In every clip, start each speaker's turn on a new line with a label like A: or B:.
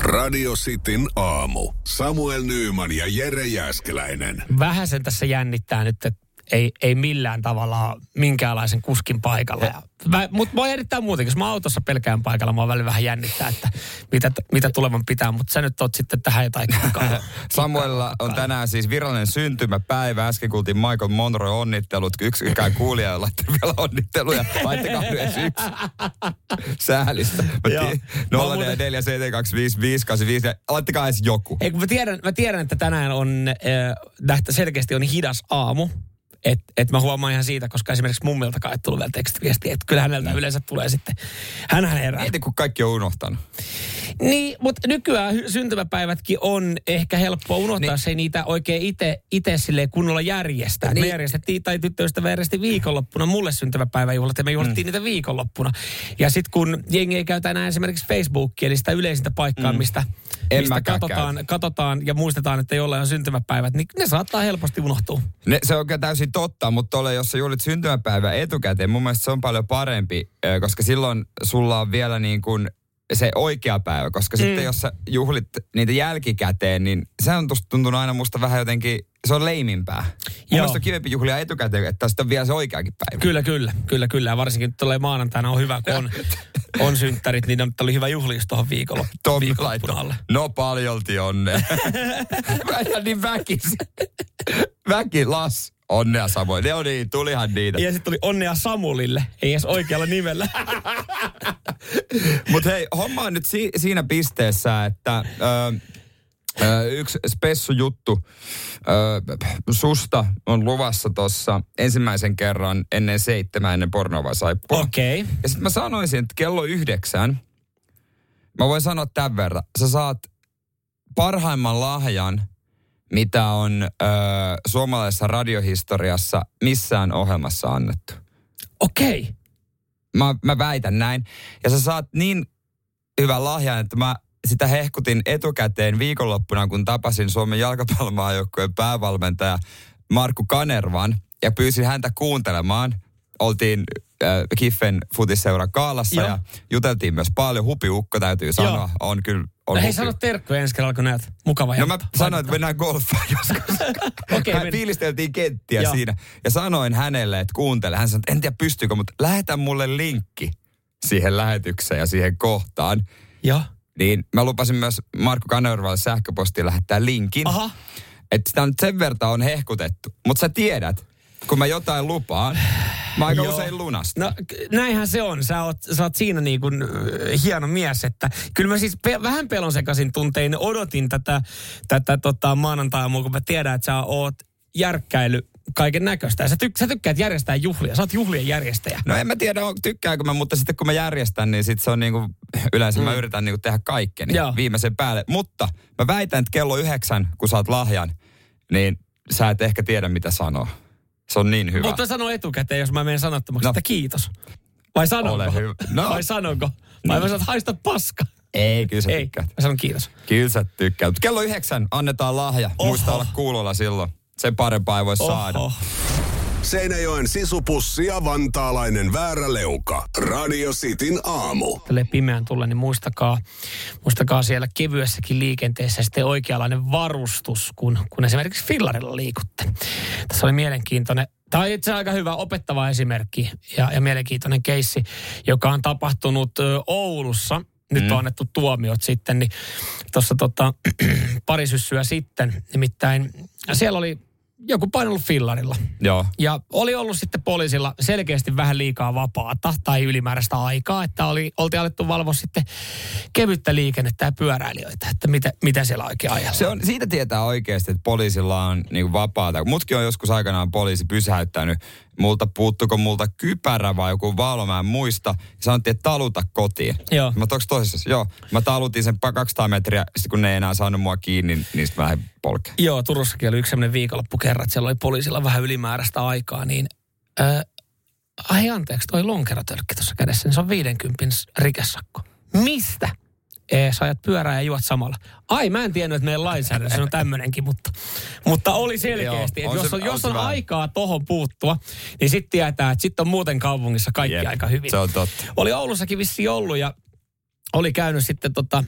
A: Radio Cityn aamu. Samuel Nyyman ja Jere Jäskeläinen.
B: Vähän sen tässä jännittää nyt, että ei, ei millään tavalla minkäänlaisen kuskin paikalla. Mutta voi erittäin muutenkin, jos mä autossa pelkään paikalla, mä välillä vähän jännittää, että mitä, mitä tulevan pitää, mutta sä nyt oot sitten tähän jotain kikkaa.
C: Samuella on tänään siis virallinen syntymäpäivä. Äsken kuultiin Michael Monroe onnittelut. Yksikään kuulija ei laittanut vielä onnitteluja. Laittakaa myös yksi. Säälistä.
B: Joo. Mä oon muuten-
C: 04 Laittakaa edes joku.
B: Ei, kun mä, tiedän, mä tiedän, että tänään on, äh, selkeästi on hidas aamu. Et, et mä huomaan ihan siitä, koska esimerkiksi mummiltakaan ei tullut vielä tekstiviestiä. Että kyllä häneltä yleensä tulee sitten. Hänhän herää.
C: Mieti, kun kaikki on unohtanut.
B: Niin, mutta nykyään hy- syntymäpäivätkin on ehkä helppo unohtaa, niin. se ei niitä oikein itse ite silleen kunnolla järjestää. Niin. Me
C: Niin.
B: järjestettiin, tai tyttöystävä järjesti viikonloppuna mulle syntymäpäiväjuhlat, ja me juhlittiin mm. niitä viikonloppuna. Ja sitten kun jengi ei käytä enää esimerkiksi Facebookia, eli sitä yleisintä paikkaa, mm. mistä,
C: En
B: mistä
C: mäkään
B: katsotaan, katsotaan ja muistetaan, että jollain on syntymäpäivät, niin ne saattaa helposti unohtua.
C: Ne, se on kyllä täysin totta, mutta tuolle, jos sä juhlit syntymäpäivää etukäteen, mun mielestä se on paljon parempi, ö, koska silloin sulla on vielä niin kuin se oikea päivä, koska mm. sitten jos sä juhlit niitä jälkikäteen, niin se on tust- tuntunut aina musta vähän jotenkin, se on leimimpää. Mun
B: Joo.
C: mielestä on kivempi juhlia etukäteen, että sitten on vielä se oikeakin päivä.
B: Kyllä, kyllä, kyllä, kyllä. Ja varsinkin nyt tulee maanantaina on hyvä, kun on, on synttärit, niin on- oli hyvä juhlius tuohon viikolla,
C: Tommi
B: viikonloppuna
C: laittoi,
B: alle.
C: no paljolti onnea. Mä ihan niin väkisin. Väki, las, onnea samoin. Ne on niin, tulihan niitä.
B: Ja sitten oli onnea Samulille, ei edes oikealla nimellä.
C: Mutta hei, homma on nyt si- siinä pisteessä, että ö, ö, yksi spessu juttu ö, susta on luvassa tuossa ensimmäisen kerran ennen seitsemän ennen pornova saippua.
B: Okei. Okay.
C: Ja sitten mä sanoisin, että kello yhdeksän, mä voin sanoa tämän verran, sä saat parhaimman lahjan, mitä on ö, suomalaisessa radiohistoriassa missään ohjelmassa annettu
B: Okei. Okay.
C: mä, mä väitän näin. Ja sä saat niin hyvän lahjan, että mä sitä hehkutin etukäteen viikonloppuna, kun tapasin Suomen jalkapallomaajoukkueen päävalmentaja Markku Kanervan ja pyysin häntä kuuntelemaan. Oltiin äh, Kiffen futisseura Kaalassa
B: Joo.
C: ja juteltiin myös paljon. Hupiukko täytyy sanoa,
B: Joo.
C: on kyllä... On
B: No hei,
C: hupi-
B: sano terkkuja ensi kerralla, kun näet. Mukava
C: No mä
B: ilta.
C: sanoin, että mennään golfaan joskus.
B: Okei,
C: okay,
B: men-
C: Hän fiilisteltiin kenttiä
B: Joo.
C: siinä. Ja sanoin hänelle, että kuuntele. Hän sanoi, että en tiedä pystyykö, mutta lähetä mulle linkki siihen lähetykseen ja siihen kohtaan.
B: Joo.
C: Niin mä lupasin myös Markku Kanervalle sähköpostiin lähettää linkin.
B: Aha.
C: Että sitä nyt sen verran on hehkutettu. Mutta sä tiedät, kun mä jotain lupaan, mä aika
B: Joo.
C: usein lunastan.
B: No k- näinhän se on. Sä oot, sä oot siinä niin kuin, äh, hieno mies, että kyllä mä siis pe- vähän pelon sekaisin tuntein odotin tätä, tätä tota, maanantaa kun mä tiedän, että sä oot järkkäily kaiken näköistä. Sä, tyk- sä tykkäät järjestää juhlia. Sä oot juhlien järjestäjä.
C: No en mä tiedä, on- tykkäänkö mä, mutta sitten kun mä järjestän, niin sit se on niinku, yleensä mm. mä yritän niinku tehdä kaikkeni
B: Joo.
C: viimeisen päälle. Mutta mä väitän, että kello yhdeksän, kun saat lahjan, niin sä et ehkä tiedä, mitä sanoa. Se on niin hyvä.
B: Mutta mä sanon etukäteen, jos mä menen sanottomaksi, no.
C: No.
B: että kiitos. Vai sanonko?
C: Ole hyvä.
B: No.
C: No.
B: Vai sanonko? Vai mä sanon, että haista paska.
C: Ei, kyllä sä
B: Ei,
C: tykkäät.
B: mä sanon kiitos.
C: Kyllä sä tykkäät. Mut kello yhdeksän annetaan lahja.
B: Oho.
C: Oho. Muista olla kuulolla silloin. Sen parempaa ei voi Oho. saada.
B: Oho.
A: Seinäjoen sisupussi ja vantaalainen vääräleuka. Radio Cityn aamu.
B: Tälle pimeän tulle, niin muistakaa, muistakaa siellä kevyessäkin liikenteessä sitten oikeanlainen varustus, kun, kun esimerkiksi fillarilla liikutte. Tässä oli mielenkiintoinen, tämä on itse asiassa aika hyvä opettava esimerkki ja, ja mielenkiintoinen keissi, joka on tapahtunut ö, Oulussa. Nyt mm. on annettu tuomiot sitten, niin tuossa tota, pari syssyä sitten, nimittäin siellä oli joku painellut fillarilla.
C: Joo.
B: Ja oli ollut sitten poliisilla selkeästi vähän liikaa vapaata tai ylimääräistä aikaa, että oli, oltiin alettu valvoa sitten kevyttä liikennettä ja pyöräilijöitä, että mitä, mitä siellä oikein ajalla.
C: Se on, siitä tietää oikeasti, että poliisilla on niin vapaata. Mutkin on joskus aikanaan poliisi pysäyttänyt. Multa puuttuko multa kypärä vai joku valo, mä en muista. Sanottiin, että taluta kotiin.
B: Joo.
C: Mä toks tosissaan, joo. Mä talutin sen pa- 200 metriä, sit kun ne ei enää saanut mua kiinni, niin niistä mä lähdin polkeen.
B: Joo, Turussakin oli yksi sellainen viikonloppu kerran, että siellä oli poliisilla vähän ylimääräistä aikaa, niin äh, ai anteeksi, toi lonkerotölkki tuossa kädessä, niin se on 50 rikesakko. Mistä? Ee, sä ajat pyörää ja juot samalla. Ai, mä en tiennyt, että meidän lainsäädännössä on tämmöinenkin, mutta, mutta oli selkeästi.
C: Joo,
B: Joo,
C: on
B: että jos on,
C: se- on
B: jos
C: se
B: on
C: vähän.
B: aikaa tohon puuttua, niin sitten tietää, että sitten on muuten kaupungissa kaikki
C: Jep,
B: aika hyvin.
C: Se on totta.
B: Oli Oulussakin vissi ollut ja oli käynyt sitten tota,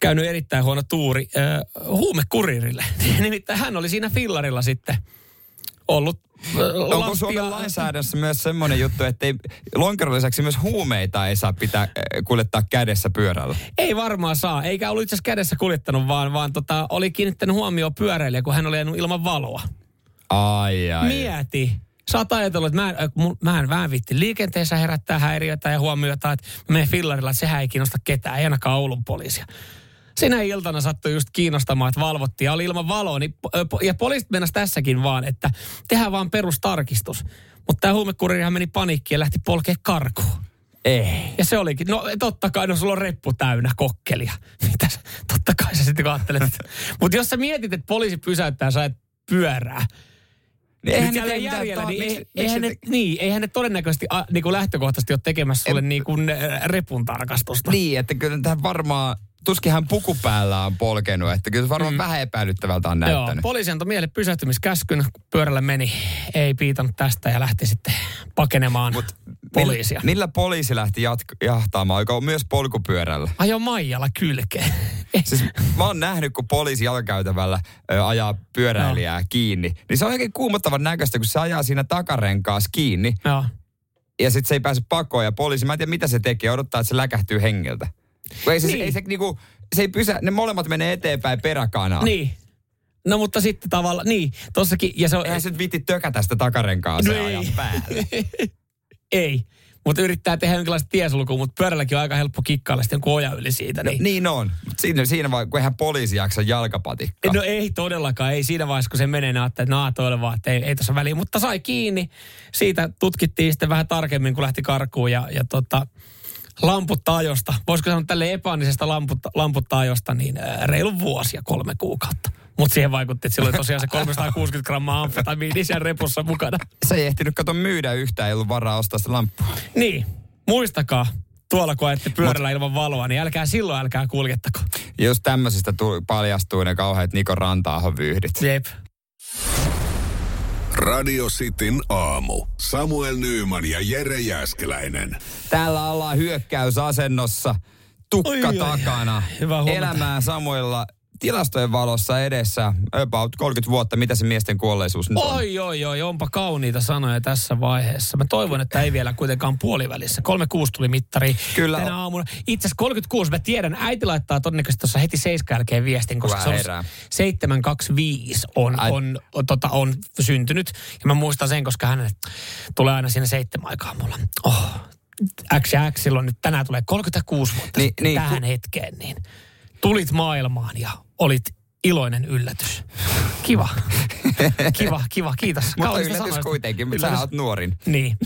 B: käynyt erittäin huono tuuri äh, huumekurirille. Nimittäin hän oli siinä fillarilla sitten ollut äh,
C: Onko Suomen lainsäädännössä myös semmoinen juttu, että ei, lonkeron lisäksi myös huumeita ei saa pitää, äh, kuljettaa kädessä pyörällä?
B: Ei varmaan saa, eikä ollut itse asiassa kädessä kuljettanut, vaan, vaan tota, oli kiinnittänyt huomioon pyöräilijä, kun hän oli ajanut ilman valoa.
C: Ai ai.
B: Mieti. Sä oot ajatellut, että mä en, äh, mun- mä en, mä en viitti liikenteessä herättää häiriötä ja huomiota, että mä menen fillarilla, että sehän ei kiinnosta ketään, ei ainakaan Oulun poliisia. Sinä iltana sattui just kiinnostamaan, että valvottiin ja oli ilman valoa. Niin, po- ö, po- ja poliisit mennäs tässäkin vaan, että tehdään vaan perustarkistus. Mutta tämä huumekuririhan meni paniikkiin ja lähti polkee karkuun.
C: Ei.
B: Ja se olikin, no totta kai, no sulla on reppu täynnä kokkelia. Mitä sä- totta kai sä sitten kun ajattelet. Mutta jos sä mietit, että poliisi pysäyttää, sä et pyörää.
C: Niin
B: Nyt
C: eihän niitä
B: jälleen
C: ei
B: järjellä,
C: mitään ta-
B: niin,
C: miksi-
B: ei-
C: miksi
B: eihän, ne,
C: niitä-
B: niin, eihän ne todennäköisesti a, niin kuin lähtökohtaisesti ole tekemässä sulle niin kuin äh, repun tarkastusta.
C: Niin, että kyllä tähän varmaan, tuskin hän puku päällä on polkenut, että kyllä se varmaan mm. vähän epäilyttävältä on
B: Joo,
C: näyttänyt.
B: poliisi antoi miehelle pysähtymiskäskyn, kun pyörällä meni, ei piitannut tästä ja lähti sitten pakenemaan Mut, poliisia.
C: Millä, millä poliisi lähti jatk- jahtaamaan, joka on myös polkupyörällä?
B: Ajo Maijala kylkeen.
C: Siis mä oon nähnyt, kun poliisi jalkakäytävällä ö, ajaa pyöräilijää no. kiinni. Niin se on oikein kuumottavan näköistä, kun se ajaa siinä takarenkaas kiinni.
B: Joo.
C: Ja sit se ei pääse pakoon ja poliisi, mä en tiedä mitä se tekee, odottaa, että se läkähtyy hengeltä. Kun Ei se,
B: Niin.
C: niin. ei se, niinku, se ei pysä, ne molemmat menee eteenpäin peräkanaa.
B: Niin. No mutta sitten tavallaan, niin, tossakin, ja se on,
C: Eihän se nyt viitti tökätä sitä takarenkaa se
B: Niin.
C: ajan päälle.
B: Ei. Mutta yrittää tehdä jonkinlaista tiesulkua, mutta pyörälläkin on aika helppo kikkailla sitten kun oja yli siitä. Niin.
C: Niin on. Mut Siinä, siinä vaan, kun eihän poliisi jaksa jalkapatikkaa.
B: No ei todellakaan, ei siinä vaiheessa kun se menee, ne ajattelee, että naa toille vaan, että ei, ei tuossa väliä. Mutta sai kiinni, siitä tutkittiin sitten vähän tarkemmin, kun lähti karkuun ja, ja tota, lamputtaajosta, voisiko sanoa tälle epaanisesta lamputta, lamputtaajosta, niin äh, reilu vuosi ja kolme kuukautta. Mutta siihen vaikutti, että sillä oli tosiaan se 360 grammaa amfetamiini siellä repussa mukana.
C: Se ei ehtinyt kato myydä yhtään, ei ollut varaa ostaa sitä lamppua.
B: Niin, muistakaa, tuolla kun ajatte pyörällä ilman valoa, niin älkää silloin älkää kuljettako.
C: Jos tämmöisistä tu- paljastuu ne kauheat Niko Rantaahan vyyhdit.
B: Jep.
A: Radio Cityn aamu. Samuel Nyyman ja Jere Jäskeläinen.
C: Täällä ollaan hyökkäysasennossa, tukka
B: Oi, oi, oi.
C: takana,
B: Hyvää huomenta.
C: elämää Samuelilla tilastojen valossa edessä about 30 vuotta, mitä se miesten kuolleisuus nyt on.
B: Oi, oi, oi, onpa kauniita sanoja tässä vaiheessa. Mä toivon, että ei vielä kuitenkaan puolivälissä. 36 tuli mittari
C: Kyllä
B: tänä
C: on.
B: aamuna. Itse asiassa 36, mä tiedän, äiti laittaa todennäköisesti tuossa heti seiskän jälkeen viestin, koska
C: Hyvä
B: se on
C: herää.
B: 725 on,
C: Ai-
B: on, on, tota, on syntynyt. Ja mä muistan sen, koska hän tulee aina siinä seitsemän aikaa mulla. Oh, X ja X silloin nyt tänään tulee 36 vuotta
C: Niin,
B: niin, niin,
C: niin,
B: tähän hetkeen, niin tulit maailmaan ja olit iloinen yllätys. Kiva. Kiva, kiva, kiitos.
C: Mutta
B: Kaunista
C: yllätys
B: sanoista.
C: kuitenkin, mutta sä
B: Yllätys.
C: oot nuorin
B: Niin,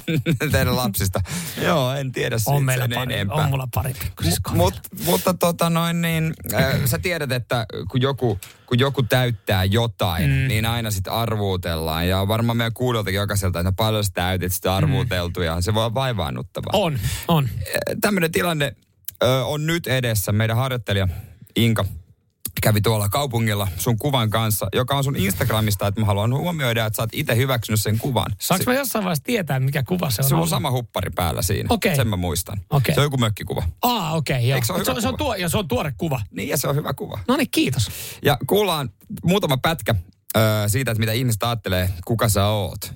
C: teidän lapsista. Joo, en tiedä siitä
B: on meillä
C: sen
B: pari,
C: enempää.
B: on mulla pari siis pikkusiskoa.
C: Mut, mutta tota noin, niin, äh, sä tiedät, että kun joku, kun joku täyttää jotain, mm. niin aina sit arvuutellaan. Ja varmaan meidän kuudeltakin jokaiselta, että no paljon sä täytit sitä arvuuteltu ja se voi olla vaivaannuttavaa.
B: Mm. on, on.
C: Tämmöinen tilanne ö, on nyt edessä. Meidän harjoittelija Inka kävi tuolla kaupungilla sun kuvan kanssa, joka on sun Instagramista, että mä haluan huomioida, että sä oot itse hyväksynyt sen kuvan.
B: Saanko mä jossain vaiheessa tietää, mikä kuva se on?
C: Sulla on
B: ollut?
C: sama huppari päällä siinä.
B: Okei.
C: Sen mä muistan.
B: Okei.
C: Se on joku mökkikuva.
B: Aa, okei, okay, joo.
C: Eikö se ole
B: Mut se,
C: hyvä
B: on, se, on
C: kuva?
B: tuo, ja se on tuore kuva.
C: Niin, ja se on hyvä kuva.
B: No niin, kiitos.
C: Ja kuullaan muutama pätkä ö, siitä, että mitä ihmiset ajattelee, kuka sä oot.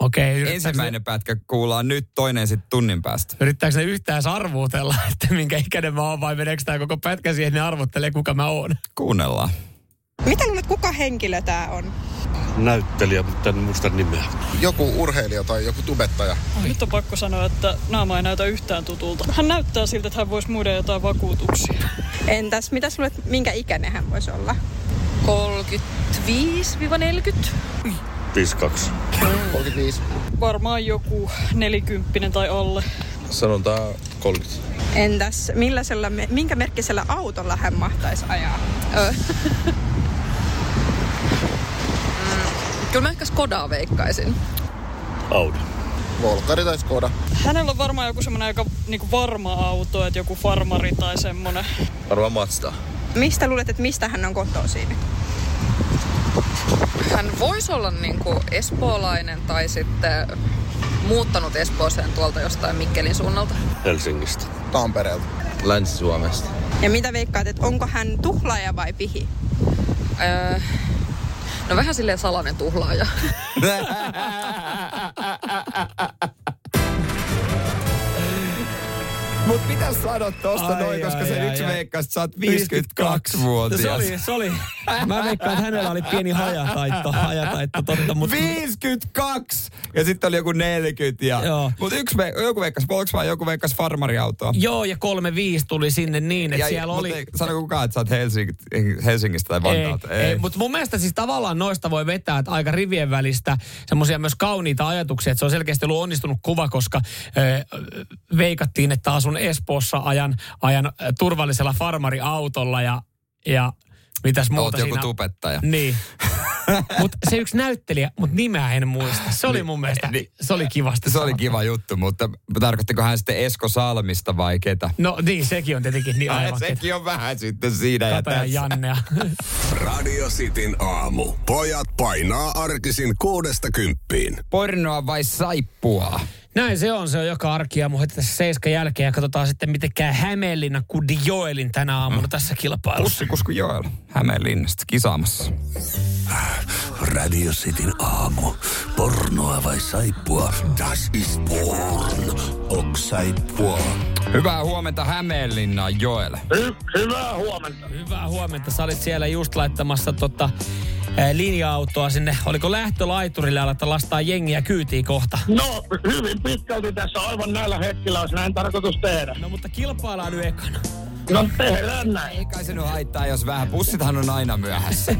B: Okei, okay,
C: Ensimmäinen pätkä kuullaan nyt, toinen sitten tunnin päästä.
B: Yrittääkö ne yhtään arvuutella, että minkä ikäinen mä oon vai meneekö tämä koko pätkä siihen, että ne arvottelee, kuka mä oon?
C: Kuunnellaan.
D: Mitä luulet, kuka henkilö tämä on?
E: näyttelijä, mutta en muista nimeä.
F: joku urheilija tai joku tubettaja.
G: Nyt on pakko sanoa, että naama ei näytä yhtään tutulta. Hän näyttää siltä, että hän voisi muiden jotain vakuutuksia.
D: Entäs mitä luulet, minkä ikäinen hän voisi olla?
H: 35-40.
E: 52.
F: 35.
G: Varmaan joku nelikymppinen tai alle.
F: Sanotaan 30.
D: Entäs millaisella, me- minkä merkkisellä autolla hän mahtaisi ajaa?
H: Mm, Kyllä mä ehkä Skodaa veikkaisin.
E: Audi.
F: Volkari tai Skoda.
G: Hänellä on varmaan joku semmoinen aika niinku varma auto, että joku farmari tai semmoinen.
F: Arvaa Mazda.
D: Mistä luulet, että mistä hän on kotoisin?
H: Hän voisi olla niinku espoolainen tai sitten muuttanut Espooseen tuolta jostain Mikkelin suunnalta.
E: Helsingistä.
F: Tampereelta. Länsi-Suomesta.
D: Ja mitä veikkaat, että onko hän tuhlaaja vai pihi?
H: Öö, no vähän silleen salainen tuhlaaja.
C: Mut mitä sanot tosta
B: Ai,
C: noin, koska
B: ai,
C: se
B: ai,
C: yksi
B: ai.
C: veikkaa, että sä oot 52-vuotias.
B: No se oli, se oli. Mä veikkaan, että hänellä oli pieni hajataitto, hajataitto totta, mutta...
C: 52! Ja sitten oli joku 40. Ja...
B: Joo.
C: Mutta yksi ve... joku veikkas Volkswagen, joku veikkas farmariautoa.
B: Joo, ja kolme viisi tuli sinne niin, että siellä
C: mut
B: oli...
C: Ei, sano kukaan, että sä oot Helsing... Helsingistä tai Vantaalta.
B: ei, ei. Mutta mun mielestä siis tavallaan noista voi vetää että aika rivien välistä semmoisia myös kauniita ajatuksia, että se on selkeästi ollut onnistunut kuva, koska ö, veikattiin, että asun Espoossa ajan, ajan ö, turvallisella farmariautolla ja, ja mitäs muuta
C: Oot joku
B: siinä...
C: tubettaja.
B: Niin. mutta se yksi näyttelijä, mutta nimeä en muista. Se oli mun mielestä,
C: Niin.
B: se oli kivasti.
C: Se oli
B: sanottu.
C: kiva juttu, mutta tarkoittiko hän sitten Esko Salmista vai ketä?
B: No niin, sekin on tietenkin niin aivan. Sekin.
C: Sekin on vähän sitten siinä ja
B: Kata
C: tässä.
B: ja Jannea.
A: Radio Cityn aamu. Pojat painaa arkisin kuudesta kymppiin.
C: Pornoa vai saippua?
B: Näin se on, se on joka arki aamu heti tässä seiskan jälkeen ja katsotaan sitten miten käy Hämeenlinna Kudi Joelin tänä aamuna tässä kilpailussa.
C: Pussikusku Joel Hämeenlinnasta kisaamassa.
A: Radio Cityn aamu. Pornoa vai saippua? Das ist porn. Ok saippua.
C: Hyvää huomenta Hämeenlinnaan Joel.
B: Hyvää huomenta, sä olit siellä just laittamassa tota, eh, linja-autoa sinne. Oliko lähtölaiturille alata lastaa jengiä kyytiin kohta?
I: No, hyvin pitkälti tässä aivan näillä hetkillä olisi näin tarkoitus tehdä.
B: No mutta kilpaillaan nyt ekana.
I: No tehdään näin.
C: Ei kai se nyt haittaa, jos vähän. Bussithan on aina myöhässä.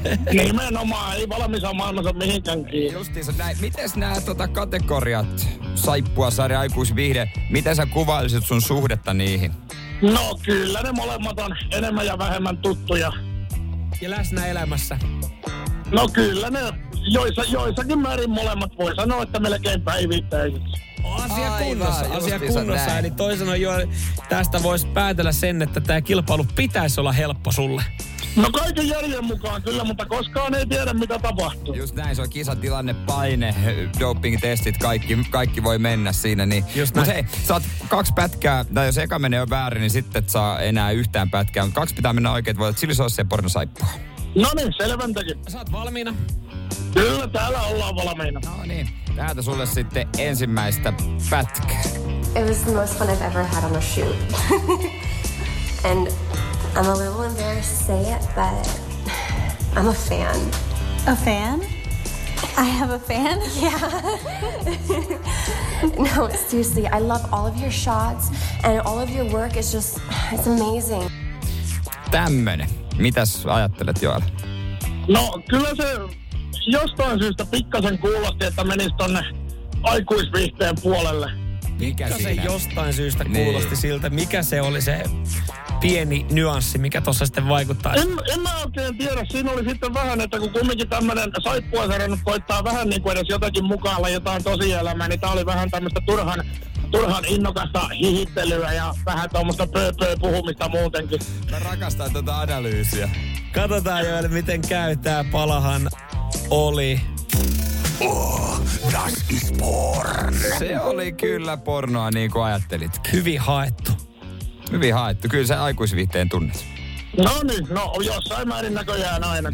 I: Nimenomaan ei valmis on maailmassa mihinkään kiinni.
C: Justiinsa näin. Mites nämä tota, kategoriat, saippua, sarja, aikuisviihde, miten sä kuvailisit sun suhdetta niihin?
I: No kyllä ne molemmat on enemmän ja vähemmän tuttuja.
B: Ja läsnä elämässä.
I: No kyllä ne joissa, joissakin määrin molemmat voi sanoa, että melkein päivittäisiksi.
B: Asia
C: Aivan,
B: kunnossa, asia
C: justiinsa
B: kunnossa.
C: näin.
B: Eli toisin sanoen jo tästä voisi päätellä sen, että tämä kilpailu pitäisi olla helppo sulle.
I: No kaiken järjen mukaan kyllä, mutta koskaan ei tiedä mitä tapahtuu.
C: Just näin, se on kisatilanne, paine, doping-testit, kaikki, kaikki voi mennä siinä. Niin.
B: Just
C: Mut
B: näin.
C: hei, saat kaksi pätkää, tai jos eka menee jo väärin, niin sitten et saa enää yhtään pätkää. Mut kaksi pitää mennä oikein, että voit chilisossia ja pornosaippua.
I: No niin, selventäkin.
B: Sä oot valmiina.
I: Kyllä täällä ollaan valmiina.
C: No niin, täältä sulle sitten ensimmäistä pätkää.
J: It was the most fun I've ever had on a shoot. and I'm a little embarrassed to say it, but I'm a fan. A fan? I have a fan? Yeah. no, seriously, I love all of your shots and all of your work is just, it's amazing.
C: Tämmönen. Mitäs ajattelet Joel?
I: No kyllä se jostain syystä pikkasen kuulosti, että menis tonne aikuisviihteen puolelle.
C: Mikä
B: se jostain syystä
C: Niin.
B: kuulosti siltä, mikä se oli se pieni nyanssi, mikä tuossa sitten vaikuttaa.
I: En, en mä oikein tiedä. Siinä oli sitten vähän, että kun kumminkin tämmönen saippuasarja nyt koittaa vähän niin kuin edes jotakin mukaan jotain tosielämää, niin tää oli vähän tämmöistä turhan, turhan innokasta hihittelyä ja vähän tuommoista pööpöö puhumista muutenkin.
C: Mä rakastan tätä analyysiä.
B: Katsotaan Joel, miten käy tää palahan oli.
A: Das ist porn.
C: Se oli kyllä pornoa niin kuin ajattelitkin.
B: Hyvin haettu.
C: Hyvin haettu. Kyllä se aikuisviihteen tunnet.
I: No niin, no jossain määrin näköjään aina.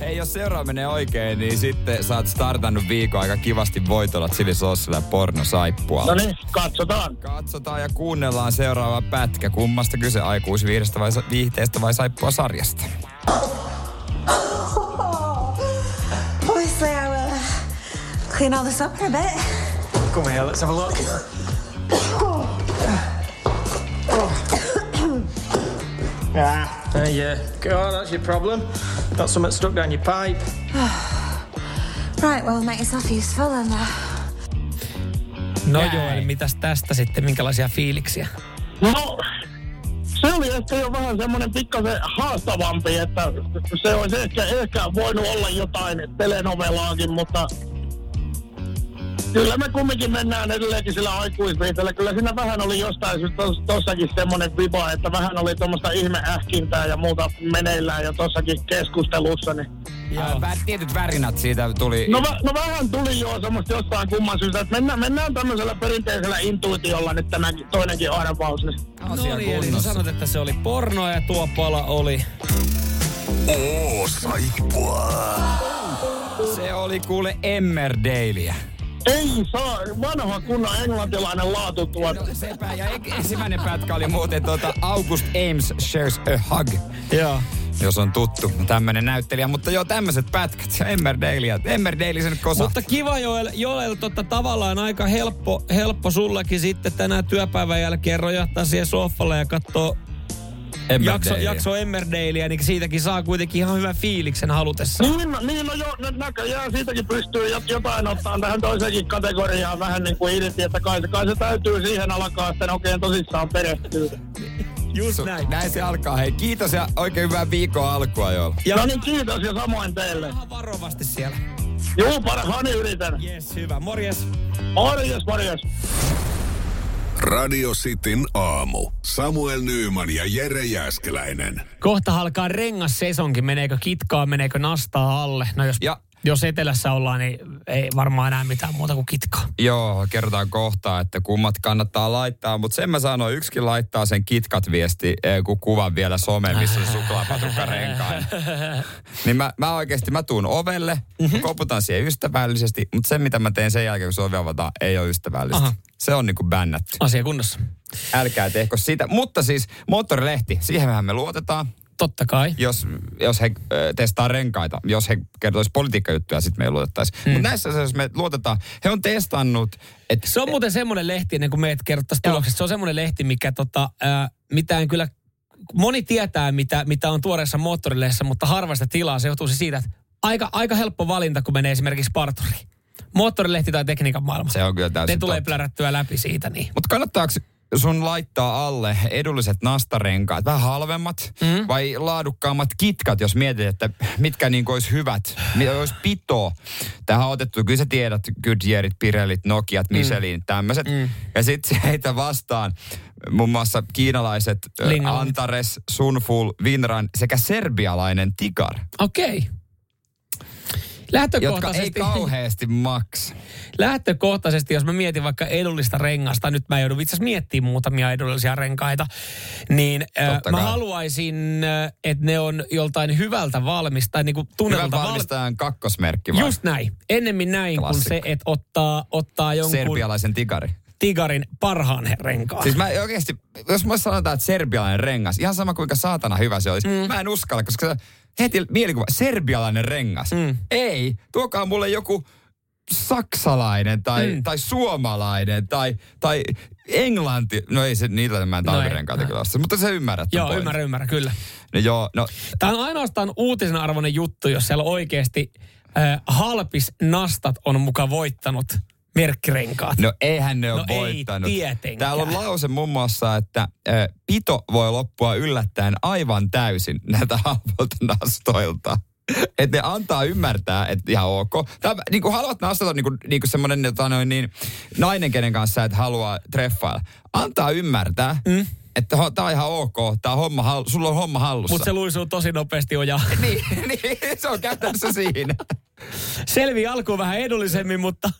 C: Hei, jos seuraava menee oikein, niin sitten sä oot startannut viikon aika kivasti voitolla chilisosilla ja pornosaippua.
I: No niin, katsotaan.
C: Katsotaan ja kuunnellaan seuraava pätkä. Kummasta kyse aikuisviihdestä vai sa- viihteestä vai saippua sarjasta?
J: Obviously, I will clean all this up for a bit.
K: Come here, let's have a look. ah, there you go. That's your problem. Got something stuck down your pipe.
J: Right, well, make yourself useful and uh,
B: No
C: Näin.
B: Joel, mitäs tästä sitten, minkälaisia fiiliksiä?
I: No, se oli ehkä jo vähän semmoinen pikkasen haastavampi, että se olisi ehkä, ehkä voinut olla jotain telenovelaakin, mutta kyllä me kumminkin mennään edelleenkin sillä aikuisviitellä. Kyllä siinä vähän oli jostain syystä tos- tossakin semmoinen viba, että vähän oli tuommoista ihmeähkintää ja muuta meneillään jo tossakin keskustelussa, niin
C: Joo. Vä, tietyt värinät siitä tuli.
I: No, va- no vähän tuli jo semmoista jostain kumman syystä, että mennään, mennään tämmöisellä perinteisellä intuitiolla nyt tämä toinenkin arvaus. Niin.
B: No niin, eli sä sanot, että se oli pornoa ja tuo pala oli...
A: Oo, saippua.
C: Se oli kuule Emmerdaleä.
I: Ei saa, vanha kunnon englantilainen laatutuote.
C: No, sepä, ja e- ensimmäinen pätkä oli muuten tuota August Ames Shares a Hug.
B: Joo.
C: Jos on tuttu tämmönen näyttelijä, mutta joo tämmöiset pätkät, Emmerdaleä, Emmerdale sen kosa.
B: Mutta kiva Joel, Joel tota, tavallaan aika helppo, helppo sullekin sitten tänään työpäivän jälkeen rojahtaa siihen sohvalle ja katsoa jakso, jakso Emmerdaleä, niin siitäkin saa kuitenkin ihan hyvän fiiliksen halutessa.
I: Niin, no- niin no joo, nyt näköjään siitäkin pystyy jot- jotain ottaa tähän toiseenkin kategoriaan vähän niin kuin irti, että kai se, kai se täytyy siihen alkaa sitten oikein tosissaan perehtyä.
B: Just näin.
C: Näin se alkaa. Hei, kiitos ja oikein hyvää viikon alkua jolla.
B: Ja-
I: No niin, kiitos ja samoin teille.
B: Vähän varovasti siellä.
I: Juu, parhaani yritän.
B: Yes, hyvä. Morjes.
I: Morjes, morjes.
A: Radio Cityn aamu. Samuel Nyyman ja Jere Jäskeläinen.
B: Kohta alkaa rengas sesonkin. Meneekö kitkaa, meneekö nastaa alle? No jos,
C: Ja-
B: jos etelässä ollaan, niin ei varmaan enää mitään muuta kuin kitkaa.
C: Joo, kerrotaan kohtaa, että kummat kannattaa laittaa, mutta sen mä sanoin, yksikin laittaa sen kitkat viesti, kun kuvan vielä someen, missä on suklaapatukka renkaan. niin mä, mä oikeasti, mä tuun ovelle,
B: Mhm.
C: mä koputan siihen ystävällisesti, mutta se mitä mä teen sen jälkeen, kun se ovi avataan, ei ole ystävällistä.
B: Aha.
C: Se on niinku bännätty.
B: Asia kunnossa.
C: Älkää tehkö sitä. Mutta siis moottorilehti, siihenhän me luotetaan.
B: Totta kai.
C: jos, jos he ö, testaa renkaita, jos he kertois politiikkajuttuja, sitten me ei luotettaisi. Mm. Mutta näissä asioissa me luotetaan. He on testannut, että
B: Se on muuten semmoinen lehti, ennen kuin meidät kerrottaisiin tuloksesta. Se on semmoinen lehti, mikä tota, ää, mitään kyllä, moni tietää, mitä, mitä on tuoreessa moottorilehdessä, mutta harvasta tilaa. Se johtuu siis siitä, että aika, aika helppo valinta, kun menee esimerkiksi parturiin. Moottorilehti tai tekniikan maailma.
C: se on kyllä
B: ne
C: täysin
B: tulee plärättyä läpi siitä, niin.
C: Mutta kannattaako sun laittaa alle edulliset nastarenkaat, vähän halvemmat mm. vai laadukkaammat kitkat, jos mietit, että mitkä niin olisi hyvät, mi- olisi pito. Tähän on otettu, kyllä sä tiedät, Goodyearit, Pirellit, Nokiat, Michelin, tämmöiset. Mm. Ja sitten heitä vastaan muun muassa kiinalaiset ö,
B: Lingolit.
C: Antares, Sunful, Vinran sekä serbialainen Tikar,
B: Okei. Okay.
C: jotka ei
B: Lähtökohtaisesti,
C: kauheasti maksa.
B: lähtökohtaisesti, jos mä mietin vaikka edullista rengasta, nyt mä joudun itse asiassa miettimään muutamia edullisia renkaita, niin äh,
C: Totta
B: mä
C: kai.
B: haluaisin, äh, että ne on joltain hyvältä valmis, tai niinku
C: Hyvän
B: tunnelta valmis.
C: valmistajan kakkosmerkki vai?
B: Just näin. Ennemmin näin kuin
C: Klassikko.
B: se, että ottaa, ottaa jonkun
C: Serbialaisen Tikari.
B: tigarin parhaan renkaan.
C: Siis mä oikeesti, jos mä sanotaan, että serbialainen rengas, ihan sama kuinka saatana hyvä se olisi, mm. mä en uskalla, koska se heti mielikuva, serbialainen rengas. Mm. Ei, tuokaa mulle joku saksalainen tai, mm. tai suomalainen tai, tai englanti. No ei se niitä mä en
B: No ei,
C: talvirenkaita
B: no.
C: kyllä osta, mutta se ymmärrät. ton
B: Joo,
C: pointin.
B: ymmärrän, ymmärrän, kyllä.
C: No joo, no
B: Tämä on ainoastaan uutisen arvoinen juttu, jos siellä oikeasti äh, halpis nastat on muka voittanut merkkirenkaat.
C: No eihän ne ole
B: No ei
C: voittanut.
B: tietenkään.
C: Täällä on lause muun muassa, että ö, pito voi loppua yllättäen aivan täysin näitä halvoilta nastoilta. Että ne antaa ymmärtää, että ihan ok. Tämä, niin kuin haluat nastata niin kuin, niin kuin semmoinen tota noin niin, nainen, kenen kanssa et halua treffailla. Antaa ymmärtää, mm. että ho, tää on ihan ok, tää on homma, hall- sulla on homma hallussa.
B: Mutta se luisuu tosi nopeasti ojaa.
C: niin, niin, se on käytännössä siinä.
B: Selvi alkuun vähän edullisemmin, mutta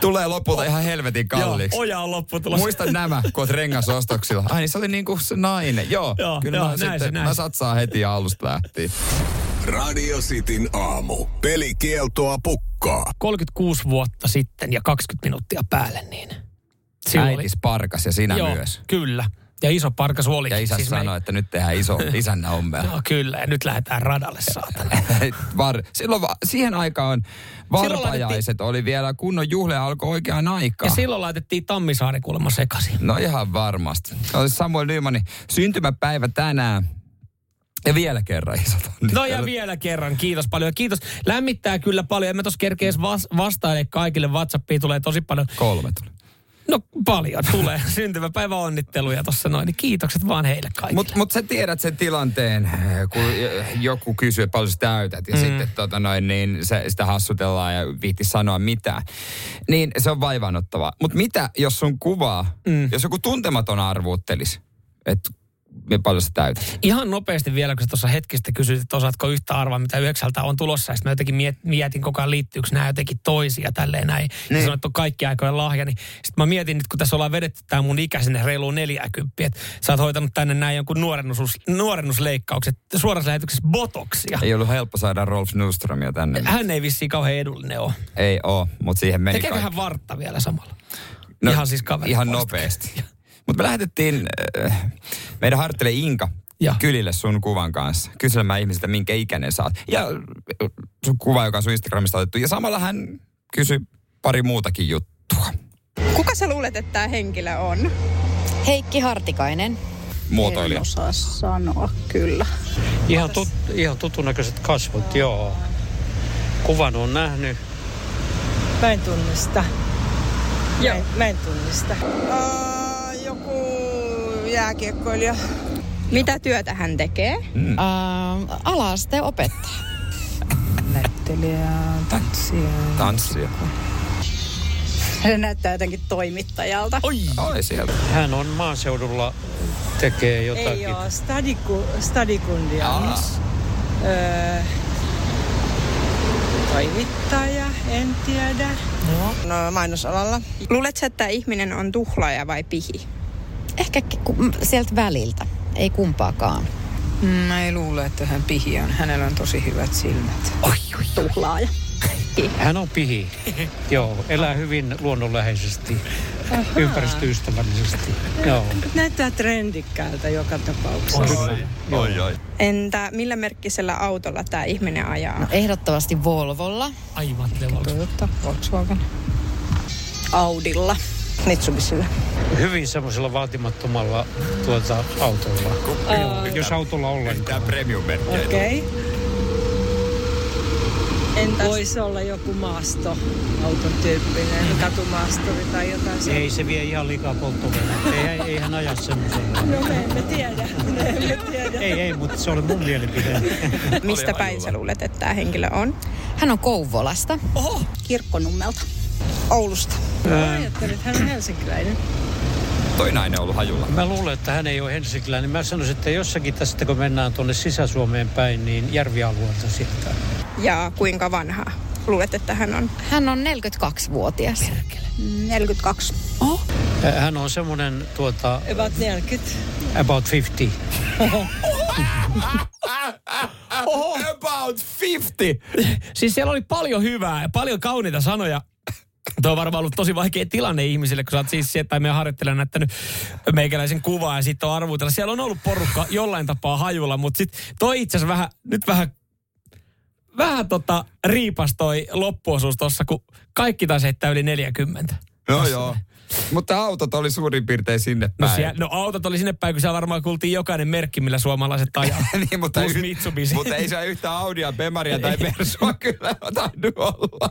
C: Tulee lopulta ihan helvetin kalliiksi.
B: joo, oja on lopputulos.
C: Muista nämä, kun oot rengasostoksilla. Ai niin, se oli niinku se nainen. Joo,
B: Joo,
C: kyllä
B: joo,
C: mä,
B: näin
C: sitten,
B: se, näin
C: mä
B: se.
C: satsaan heti alusta lähtien.
A: Radio Cityn aamu. Pelikieltoa pukkaa.
B: 36 vuotta sitten ja 20 minuuttia päälle, niin silloin oli-
C: Äitis parkas ja sinä
B: Joo,
C: myös.
B: kyllä. Ja iso parkas oli.
C: Ja isä siis sanoi, että nyt tehdään iso isännä
B: Me...
C: ommella.
B: No kyllä, ja nyt lähdetään radalle saatana.
C: Var, silloin va, siihen aikaan
B: Silloin
C: varpajaiset oli vielä kunnon juhle alkoi oikeaan
B: Ja
C: aikaan.
B: silloin laitettiin Tammisaari kuulemma sekaisin.
C: No ihan varmasti. Se Olisi Samuel Nymanin syntymäpäivä tänään. Ja vielä kerran isot
B: No ja vielä kerran, kiitos paljon. Ja kiitos, lämmittää kyllä paljon. En mä tos kerkeä edes vas- vastaile kaikille. WhatsAppiin tulee tosi paljon.
C: Kolme tuli.
B: No paljon tulee. Syntymäpäivä onnitteluja tossa noin. Niin kiitokset vaan heille kaikille.
C: Mutta mut sä tiedät sen tilanteen, kun joku kysyy, että paljon sä täytät, ja mm. sitten tota noin, niin se, sitä hassutellaan ja viitti sanoa mitään. Niin se on vaivaanottavaa. Mutta mitä, jos sun kuvaa, mm. jos joku tuntematon arvuuttelisi, että ja paljon sä täytät.
B: Ihan nopeasti vielä, kun sä tuossa hetkistä kysyit, että osaatko yhtä arvaa, mitä yhdeksältä on tulossa. Ja sitten mä jotenkin miet, mietin koko ajan, liittyykö nämä jotenkin toisia tälleen näin. Niin. Ja sanoin, että on kaikki aikojen lahja. Niin sitten mä mietin nyt, kun tässä ollaan vedetty tämä mun ikä sinne reiluun 40, että sä oot hoitanut tänne näin jonkun nuorennus, nuorennusleikkaukset suorassa lähetyksessä botoksia.
C: Ei ollut helppo saada Rolf Nordströmiä tänne.
B: Hän ei vissiin kauhean edullinen ole.
C: Ei oo, mutta siihen meni
B: Tekeekö
C: kaikki.
B: hän vartta vielä samalla? No, ihan siis kaveri.
C: Ihan nopeasti. Mutta me lähetettiin äh, meidän hartille Inka
B: Ja.
C: kylille sun kuvan kanssa kyselemään ihmisiltä, minkä ikäinen sä oot. Ja äh, sun kuva, joka on sun Instagramista otettu. Ja samalla hän kysyi pari muutakin juttua.
D: Kuka sä luulet, että tämä henkilö on?
L: Heikki Hartikainen.
C: Muotoilija.
L: osaa sanoa kyllä.
E: Ihan, tut, ihan tutunäköiset kasvot, joo. Kuvan on nähnyt.
M: Mä en tunnista. Mä en, mä en tunnista.
D: joku jääkiekkoilija. Mitä työtä hän tekee?
L: Mm. Ähm, ala-asteen opettaja.
M: Näyttelijä, tanssija.
C: Tanssia.
M: Se näyttää jotenkin toimittajalta. Oi!
C: Oli sieltä.
E: Hän on maaseudulla, tekee
M: Ei
E: jotakin.
M: oo, stadiku, stadikundia.
E: Aa.
M: Öö, toimittaja, en tiedä.
D: No. no mainosalalla. Luuletko, sä, että tämä ihminen on tuhlaaja vai pihi?
L: Ehkä ku- m- sieltä väliltä. Ei kumpaakaan.
M: Mä ei luule, että hän pihi on. Hänellä on tosi hyvät silmät. Oi, oi, Tuhlaaja.
E: Hän on pihi. Joo, elää hyvin luonnonläheisesti, ympäristöystävällisesti. Joo.
M: Näyttää trendikkäältä joka tapauksessa.
E: Oi, oi.
D: Entä millä merkkisellä autolla tämä ihminen ajaa?
L: No, ehdottomasti Volvolla.
B: Aivan
M: Toyota, Volkswagen. Audilla. Mitsubisilla.
E: Hyvin semmoisella vaatimattomalla tuota, autolla. Joo, Jos autolla
C: Tämä
E: ollenkaan.
C: premium-merkki.
M: Okei. Okay. Entäs? Voisi olla joku maasto, auton tyyppinen, katumaastori tai jotain
E: Ei se vie ihan liikaa polttoainetta. Ei, ei hän aja semmoisella.
M: No me emme tiedä, me emme tiedä.
E: Ei, ei, mutta se oli mun mielipiteeni.
D: Mistä päin sä luulet, että tämä henkilö on?
L: Hän on Kouvolasta.
M: Oho! Kirkkonummelta. Oulusta. Mä ajattelin, että hän on helsinkiläinen.
C: Toi nainen on ollut hajulla.
B: No
E: Mä luulen, että hän ei ole helsinkiläinen. Niin Mä sanoisin, että jossakin tästä, kun mennään tuonne Sisä-Suomeen päin, niin järvialueelta sieltä.
D: Ja kuinka vanhaa luulet, että hän on?
L: Hän on 42-vuotias.
M: Mm, 42.
E: Ä, Eh, Hän on semmoinen tuota,
M: About 40.
E: about 50.
B: Oho. About 50! siis siellä oli paljon hyvää ja paljon kauniita sanoja. Tuo on varmaan ollut tosi vaikea tilanne ihmisille, kun sä oot siis sieltä meidän harjoittelijan näyttänyt meikäläisen kuvaa ja sitten on arvutella. Siellä on ollut porukka jollain tapaa hajulla, mutta sitten toi itse asiassa vähän, nyt vähän, vähän tota riipas toi loppuosuus tossa, kun kaikki taisi heittää yli 40.
C: No joo. Mutta autot oli suurin piirtein sinne
B: No,
C: päin.
B: siellä, no autot oli sinne päin, kun siellä varmaan kuultiin jokainen merkki, millä suomalaiset ajaa.
C: niin, mutta,
B: Plus
C: yht-
B: Mitsubishi.
C: mutta ei saa yhtään Audia, Bemaria tai Versua kyllä tainnut olla.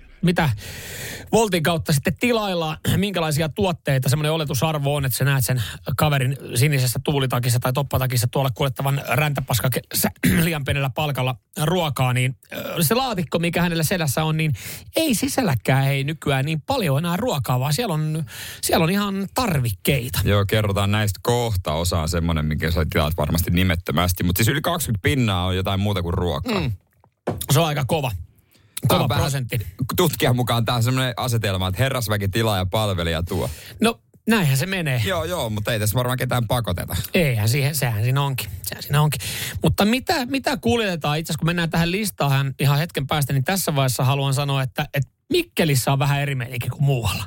B: mitä Voltin kautta sitten tilaillaan, minkälaisia tuotteita. Semmoinen oletusarvo on, että sä näet sen kaverin sinisessä tuulitakissa tai toppatakissa tuolla kuljettavan räntäpaska liian pienellä palkalla ruokaa, niin ö, se laatikko, mikä hänellä selässä on, niin ei sisälläkään ei nykyään niin paljon enää ruokaa, vaan siellä on, siellä on ihan tarvikkeita.
C: Joo, kerrotaan näistä kohta. Osa on semmoinen, minkä sä tilaat varmasti nimettömästi. Mutta siis yli 20 pinnaa on jotain muuta kuin ruokaa. Mm.
B: Se on aika kova. Kova
C: vähän-
B: prosentti.
C: Tutkijan mukaan tämä on semmoinen asetelma, että herrasväki tilaa ja palvelija tuo.
B: No, näinhän se menee.
C: Joo, joo, mutta ei tässä varmaan ketään pakoteta.
B: Eihän siihen, sehän siinä onkin. Sehän siinä onkin. Mutta mitä, mitä kuljetetaan itse asiassa, kun mennään tähän listaan ihan hetken päästä, niin tässä vaiheessa haluan sanoa, että, että Mikkelissä on vähän eri meininki kuin muualla.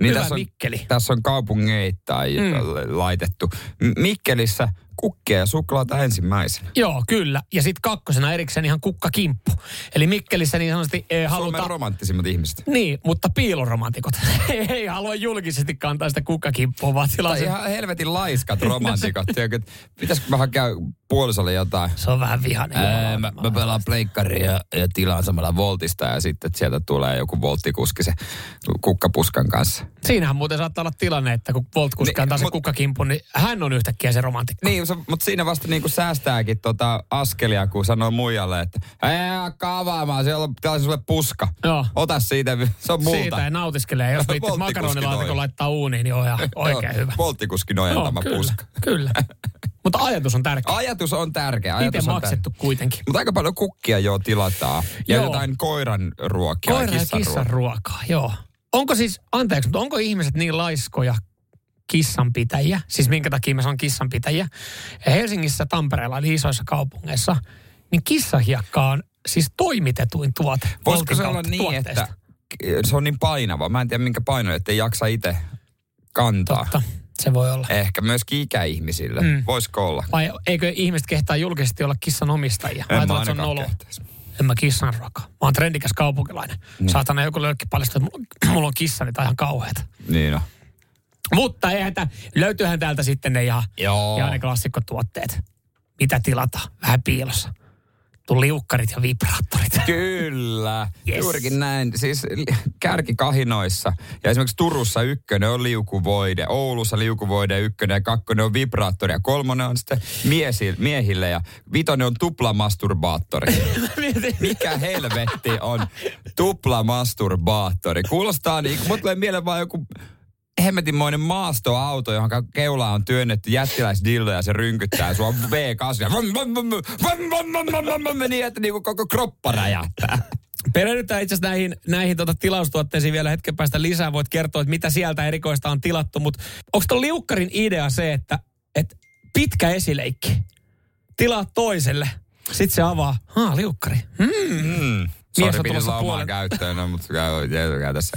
C: Niin
B: Hyvä
C: tässä on,
B: Mikkeli.
C: Tässä on kaupungeittain
B: Mm.
C: mm. laitettu. M- Mikkelissä kukkia ja suklaata ensimmäisenä.
B: Joo, kyllä. Ja sitten kakkosena erikseen ihan kukkakimppu. Eli Mikkelissä niin sanotusti eh,
C: Suomen
B: halutaan...
C: romanttisimmat ihmiset.
B: Niin, mutta piiloromantikot ei halua julkisesti kantaa sitä kukkakimppua, vaan tilaa
C: Tai
B: sen-
C: ihan helvetin laiskat romantikot. tiedätkö, että Pitäisikö vähän käy puolisolle jotain?
B: Se on vähän vihainen.
C: Ää, mä, mä pelaan pleikkaria ja, ja tilaan samalla voltista ja sitten sieltä tulee joku volttikuski se kukkapuskan kanssa.
B: Siinähän muuten saattaa olla tilanne, että kun Volt kuskaan taas se kukkakimppu, niin hän niin on yhtäkkiä se romantikko.
C: Niin, se, mutta siinä vasta niinku säästääkin tota askelia, kun sanoo muijalle, että ei alkaa avaamaan, siellä on pitäisi sulle puska.
B: Joo.
C: Ota siitä, se on muuta.
B: Siitä ja nautiskelee. Jos viitti
C: Polttikuski
B: makaronilaatikon
C: noin.
B: laittaa uuniin, niin on ihan oikein
C: Joo,
B: hyvä.
C: Polttikuskin ojentama
B: kyllä,
C: puska.
B: Kyllä. Mutta ajatus on tärkeä.
C: Ajatus on tärkeä.
B: Itse
C: Ajatus on
B: maksettu kuitenkin.
C: Mutta aika paljon kukkia jo tilataan. Ja
B: Joo.
C: jotain koiran ruokia.
B: Koira ja kissan
C: ruokia.
B: ruokaa, joo. Onko siis, anteeksi, mutta onko ihmiset niin laiskoja kissanpitäjiä? Siis minkä takia mä sanon kissanpitäjiä? Helsingissä, Tampereella, eli isoissa kaupungeissa, niin kissahiakka on siis toimitetuin tuote.
C: Voisiko
B: Voltin
C: se olla
B: kautta
C: niin,
B: tuotteista.
C: että se on niin painava. Mä en tiedä minkä paino, ettei jaksa itse kantaa. Totta.
B: Se voi olla.
C: Ehkä myöskin ikäihmisille.
B: Mm.
C: Mm. Voisiko olla?
B: Vai eikö ihmiset kehtaa julkisesti olla kissan omistajia?
C: En
B: Vai
C: mä
B: ajatellaan, että se on
C: ainakaan
B: nolo. En mä kissan ruoka. Mä oon trendikäs kaupunkilainen. Mm. Saatana joku löykki paljastaa, että mulla- mulla on kissa, niin tää on ihan kauheeta.
C: Niin on.
B: Mutta eihän tä, löytyyhän täältä sitten ne ihan,
C: Joo.
B: ihan ne klassikkotuotteet. Mitä tilata? Vähän piilossa. Tuu liukkarit ja vibraattorit.
C: Kyllä,
B: Yes.
C: yes. juurikin näin. Siis li- kärkikahinoissa. Ja esimerkiksi Turussa ykkönen on liukuvoide, Oulussa liukuvoide ykkönen ja kakkonen on vibraattori ja kolmonen on sitten miesi, miehille ja vitonen on tuplamasturbaattori. Mikä helvetti on tuplamasturbaattori? Kuulostaa niin, mutta tulee mieleen vaan joku hemmetinmoinen maastoauto, johon keulaa on työnnetty jättiläisdillo ja se rynkyttää sua V-kasvia. Vam, vam, vam, vam, vam, vam, vam, vam, vam, Niin, että niinku koko kroppa räjähtää.
B: Perehdytään itse asiassa näihin, näihin tuota tilaustuotteisiin vielä hetken päästä lisää. Voit kertoa, että mitä sieltä erikoista on tilattu. Mutta onko tuon liukkarin idea se, että, että pitkä esileikki, tilaa toiselle, sitten se avaa, haa liukkari. Hmm.
C: Mm.
B: Mies
C: Sori,
B: on
C: piti
B: tulossa
C: sitä omaa
B: puolen-
C: käyttöön, no, mutta käy, käy, käy tässä.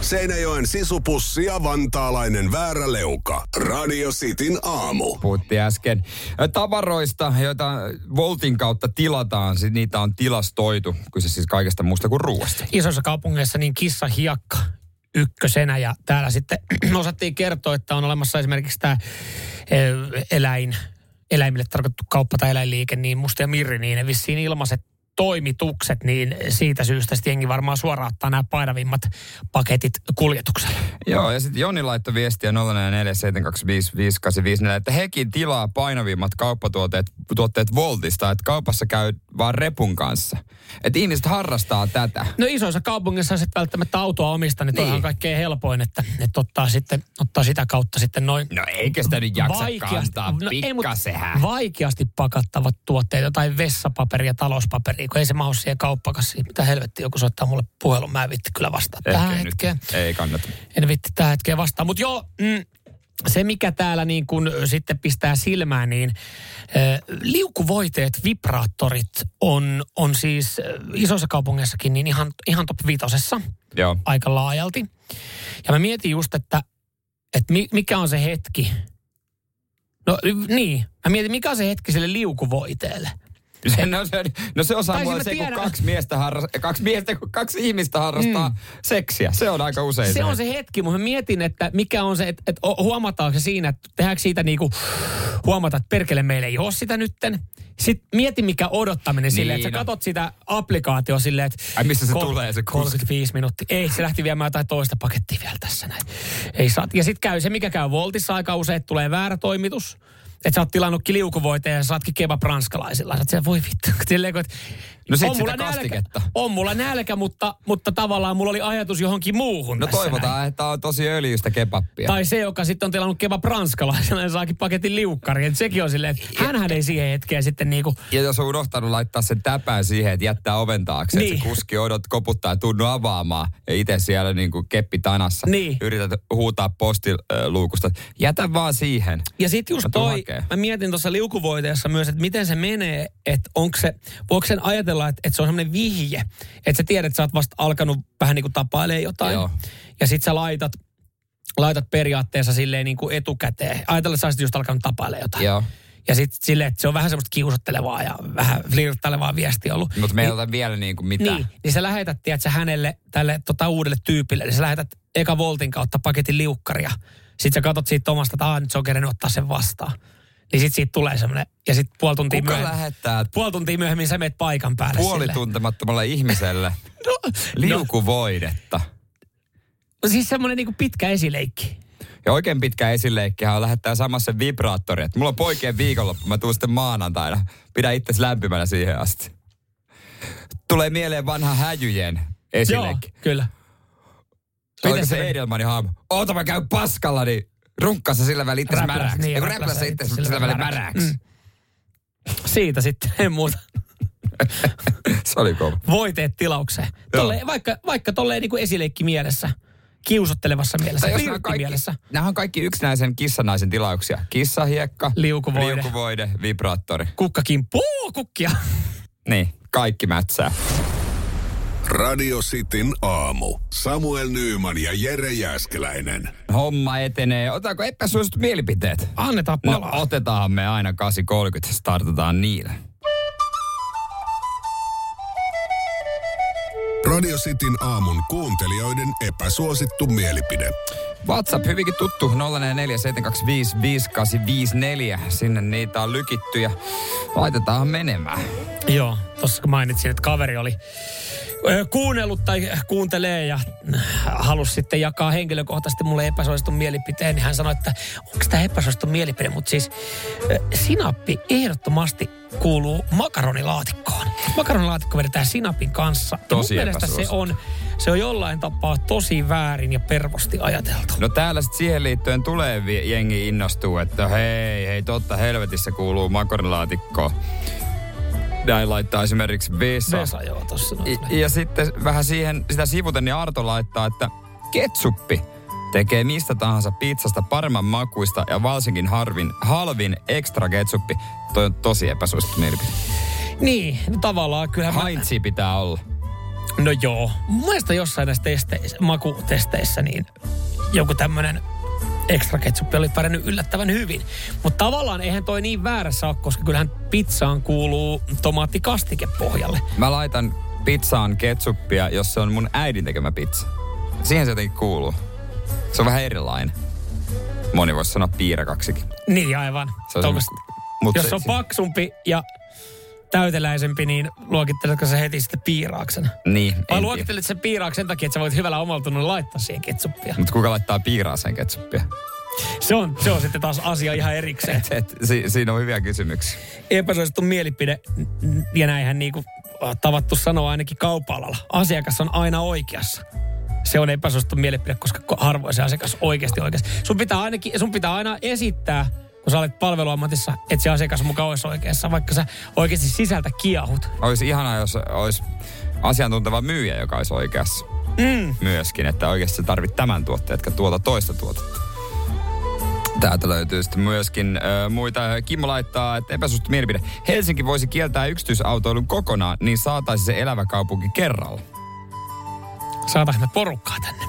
A: Seinäjoen sisupussi ja vantaalainen vääräleuka. Radio Cityn aamu.
C: Puhuttiin äsken tavaroista, joita Voltin kautta tilataan, siis niitä on tilastoitu. Kyse siis kaikesta muusta kuin ruoasta.
B: Isoissa kaupungeissa niin kissa hiakka ykkösenä ja täällä sitten osattiin kertoa, että on olemassa esimerkiksi tämä eläin, eläimille tarkoitettu kauppa tai eläinliike, niin Musta ja Mirri, niin ne vissiin ilmaiset toimitukset, niin siitä syystä sitten jengi varmaan suoraan ottaa nämä painavimmat paketit kuljetuksella.
C: Joo, ja sitten Joni laittoi viestiä 0447255854, että hekin tilaa painavimmat kauppatuotteet tuotteet Voltista, että kaupassa käy vaan repun kanssa. Että ihmiset harrastaa tätä.
B: No isoissa kaupungeissa sitten välttämättä autoa omista, niin toihan on kaikkein helpoin, että, että ottaa, sitten, ottaa sitä kautta sitten noin
C: No eikä sitä nyt jaksa kantaa,
B: No ei, mut
C: pikkasenhän.
B: vaikeasti pakattavat tuotteet, jotain vessapaperia, talouspaperia, kun ei se mahu siihen kauppakassiin. Mitä helvetti, joku soittaa mulle puhelun, mä en vitti kyllä vastaa tähän
C: Ehkä nyt.
B: hetkeen.
C: Ei kannata.
B: En vitti tähän hetkeen vastaa, mutta joo, mm, se mikä täällä niin kun ö, sitten pistää silmään, niin ö, liukuvoiteet, vibraattorit on, on siis ö, isoissa kaupungeissakin niin ihan, ihan top viitosessa
C: Joo.
B: aika laajalti. Ja mä mietin just, että, että mi- mikä on se hetki. No y- niin, mä mietin, mikä on se hetki sille liukuvoiteelle.
C: Se, no, se, no se osaa
B: Tai
C: mua
B: siis
C: se,
B: mä
C: kun
B: tiedän-
C: kaksi miestä, harras, kaksi miestä, kun kaksi ihmistä harrastaa mm. seksiä. Se on aika usein
B: Se on se hetki, mutta mä mietin, että mikä on se, että, että o- huomataanko se siinä, että tehdäänkö siitä niinku, huomata, että perkele meillä ei ole sitä nytten. Sitten mieti, mikä odottaminen niin, silleen, että sä
C: Niin on.
B: katot sitä applikaatio silleen, että...
C: Ai, mistä se
B: kol-
C: tulee se kuski?
B: 35 minuuttia. Ei, se lähti viemään jotain toista pakettia vielä tässä näin. Ei saa. Ja sitten käy se, mikä käy Voltissa aika usein, että tulee väärä toimitus. Että sä oot tilannutkin liukuvoiteen ja saatkin kebab ranskalaisilla. Sä oot siellä, voi vittu. Silleen, kun, että
C: No sit
B: on
C: sitä
B: mulla nälkä,
C: kastiketta.
B: on mulla nälkä, mutta, mutta tavallaan mulla oli ajatus johonkin muuhun
C: No
B: tässä näin.
C: toivotaan, että on tosi öljystä kebappia.
B: Tai se, joka sitten on tilannut kebab ranskalaisena ja saakin paketin liukkari. Et sekin on silleen, että hänhän ei siihen hetkeen sitten niinku...
C: Ja jos on unohtanut laittaa sen täpän siihen, että jättää oven taakse, niin.
B: Niin.
C: että se kuski odot koputtaa ja tunnu avaamaan. Ja itse siellä niin kuin keppi tanassa
B: Niin.
C: yrität huutaa postiluukusta. Jätä vaan siihen.
B: Ja sitten just
C: Mä tuun
B: toi,
C: hakee.
B: mä mietin tuossa liukuvoiteessa myös, että miten se menee, että onko se, voiko sen ajatella, että, että se on semmoinen vihje, että sä tiedät, että sä oot vasta alkanut vähän niin kuin tapailee jotain.
C: Joo.
B: Ja sit sä laitat, laitat periaatteessa silleen niin kuin etukäteen. Ajatella, että sä olisit just alkanut tapailee jotain.
C: Joo.
B: Ja sitten silleen, että se on vähän semmoista kiusottelevaa ja vähän flirttailevaa viestiä ollut.
C: Mutta me ei ota vielä niin kuin mitään.
B: Niin, niin sä lähetät, tiedätkö, hänelle, tälle tota, uudelle tyypille, niin sä lähetät eka voltin kautta paketin liukkaria. Sitten sä katot siitä omasta, että "Aa, nyt se on kerennyt ottaa sen vastaan. Niin sit siitä tulee semmoinen, ja sitten puoli tuntia
C: Kuka
B: myöhemmin.
C: lähettää
B: Puoli tuntia myöhemmin sä meet paikan päälle
C: puoli
B: sille.
C: tuntemattomalle ihmiselle
B: No,
C: liukuvoidetta?
B: no, siis semmoinen niinku pitkä esileikki.
C: Ja oikein pitkä esileikkihän on lähettää samassa vibraattori. Että mulla on poikien viikonloppu, mä tuun sitten maanantaina. Pidä itsesi lämpimänä siihen asti. Tulee mieleen vanha häjyjen esileikki.
B: Joo, kyllä.
C: Oliko
B: Miten se
C: se
B: meni?
C: Edelmanin haamu? Oota mä käyn paskalla, niin runkkassa sillä välillä itse
B: Räpläs,
C: märäksi.
B: niin,
C: Niin,
B: räpläs
C: räpläsä itse sillä välillä märäksi.
B: Mm. Siitä sitten, ei muuta.
C: Se oli kova.
B: Voi teet tilaukseen. Tolle, vaikka, vaikka tolleen niin kuin esileikki mielessä, kiusottelevassa mielessä,
C: Tai jos nämä on
B: flirtti
C: kaikki,
B: mielessä.
C: nämä on kaikki yksinäisen kissanaisen tilauksia. Kissahiekka,
B: Liukuvoide.
C: liukuvoide vibraattori.
B: Kukkakimppu, Oo, kukkia.
C: Niin, kaikki mätsää.
A: Radio Cityn aamu. Samuel Nyyman ja Jere Jäskeläinen.
C: Homma etenee. Otetaanko epäsuositut mielipiteet?
B: Annetaan
C: palaa. No, otetaan me aina 8.30, startataan niillä.
A: Radio Cityn aamun kuuntelijoiden epäsuosittu mielipide.
C: WhatsApp hyvinkin tuttu 0447255854. Sinne niitä on lykitty ja laitetaan menemään.
B: Joo, tossa kun mainitsin, että kaveri oli ö, kuunnellut tai kuuntelee ja halusi sitten jakaa henkilökohtaisesti mulle epäsuositun mielipiteen, niin hän sanoi, että onko tämä epäsuosittu mielipide, mutta siis ö, sinappi ehdottomasti kuuluu makaronilaatikkoon. Makaronilaatikko vedetään sinapin kanssa. Ja
C: Tosi
B: Mun mielestä se
C: epäsuosittu.
B: on, se on jollain tapaa tosi väärin ja pervosti ajateltu.
C: No täällä sit siihen liittyen tulee vi- jengi innostuu, että hei, hei totta helvetissä kuuluu makaronilaatikkoon. Näin laittaa esimerkiksi Vesa.
B: Vesa, joo, tossa noin.
C: I- ja sitten vähän siihen, sitä sivuten, niin Arto laittaa, että ketsuppi tekee mistä tahansa pizzasta paremman makuista ja varsinkin harvin, halvin ekstra ketsuppi. Toi on tosi epäsuosittu mielipide.
B: Niin, no tavallaan kyllä
C: Haintsi pitää olla.
B: No joo. Mun mielestä jossain näissä testeissä, makutesteissä niin joku tämmönen ekstra ketsuppi oli pärjännyt yllättävän hyvin. Mutta tavallaan eihän toi niin väärässä ole, koska kyllähän pizzaan kuuluu tomaattikastike pohjalle.
C: Mä laitan pizzaan ketsuppia, jos se on mun äidin tekemä pizza. Siihen se jotenkin kuuluu. Se on vähän erilainen. Moni voisi sanoa piirakaksikin.
B: Niin aivan.
C: Se on
B: Onko-
C: semmo- mut
B: jos
C: se-
B: on paksumpi ja täyteläisempi, niin luokitteletko sä heti sitten piiraaksena?
C: Niin,
B: Vai luokittelet sen piiraaksi sen takia, että sä voit hyvällä omalla tunnolla laittaa siihen ketsuppia?
C: Mutta kuka laittaa piiraaseen ketsuppia?
B: Se on, se on sitten taas asia ihan erikseen.
C: Et, et, si, siinä on hyviä kysymyksiä.
B: epäsuosittu mielipide, n- ja näinhän niin kuin tavattu sanoa ainakin kaupalalla. Asiakas on aina oikeassa. Se on epäsuosittu mielipide, koska ko- harvoin se asiakas oikeasti oikeassa. Sun pitää, ainakin, sun pitää aina esittää, kun sä olet palveluammatissa, että se asiakas mukaan olisi oikeassa, vaikka sä oikeasti sisältä kiehut.
C: Olisi ihanaa, jos olisi asiantunteva myyjä, joka olisi oikeassa.
B: Mm.
C: Myöskin, että oikeasti sä tarvit tämän tuotteen, etkä tuota toista tuotetta. Täältä löytyy sitten myöskin ö, muita. Kimmo laittaa, että epäsuosittu mielipide. Helsinki voisi kieltää yksityisautoilun kokonaan, niin saataisiin se elävä kaupunki kerralla.
B: Saataanko me porukkaa tänne?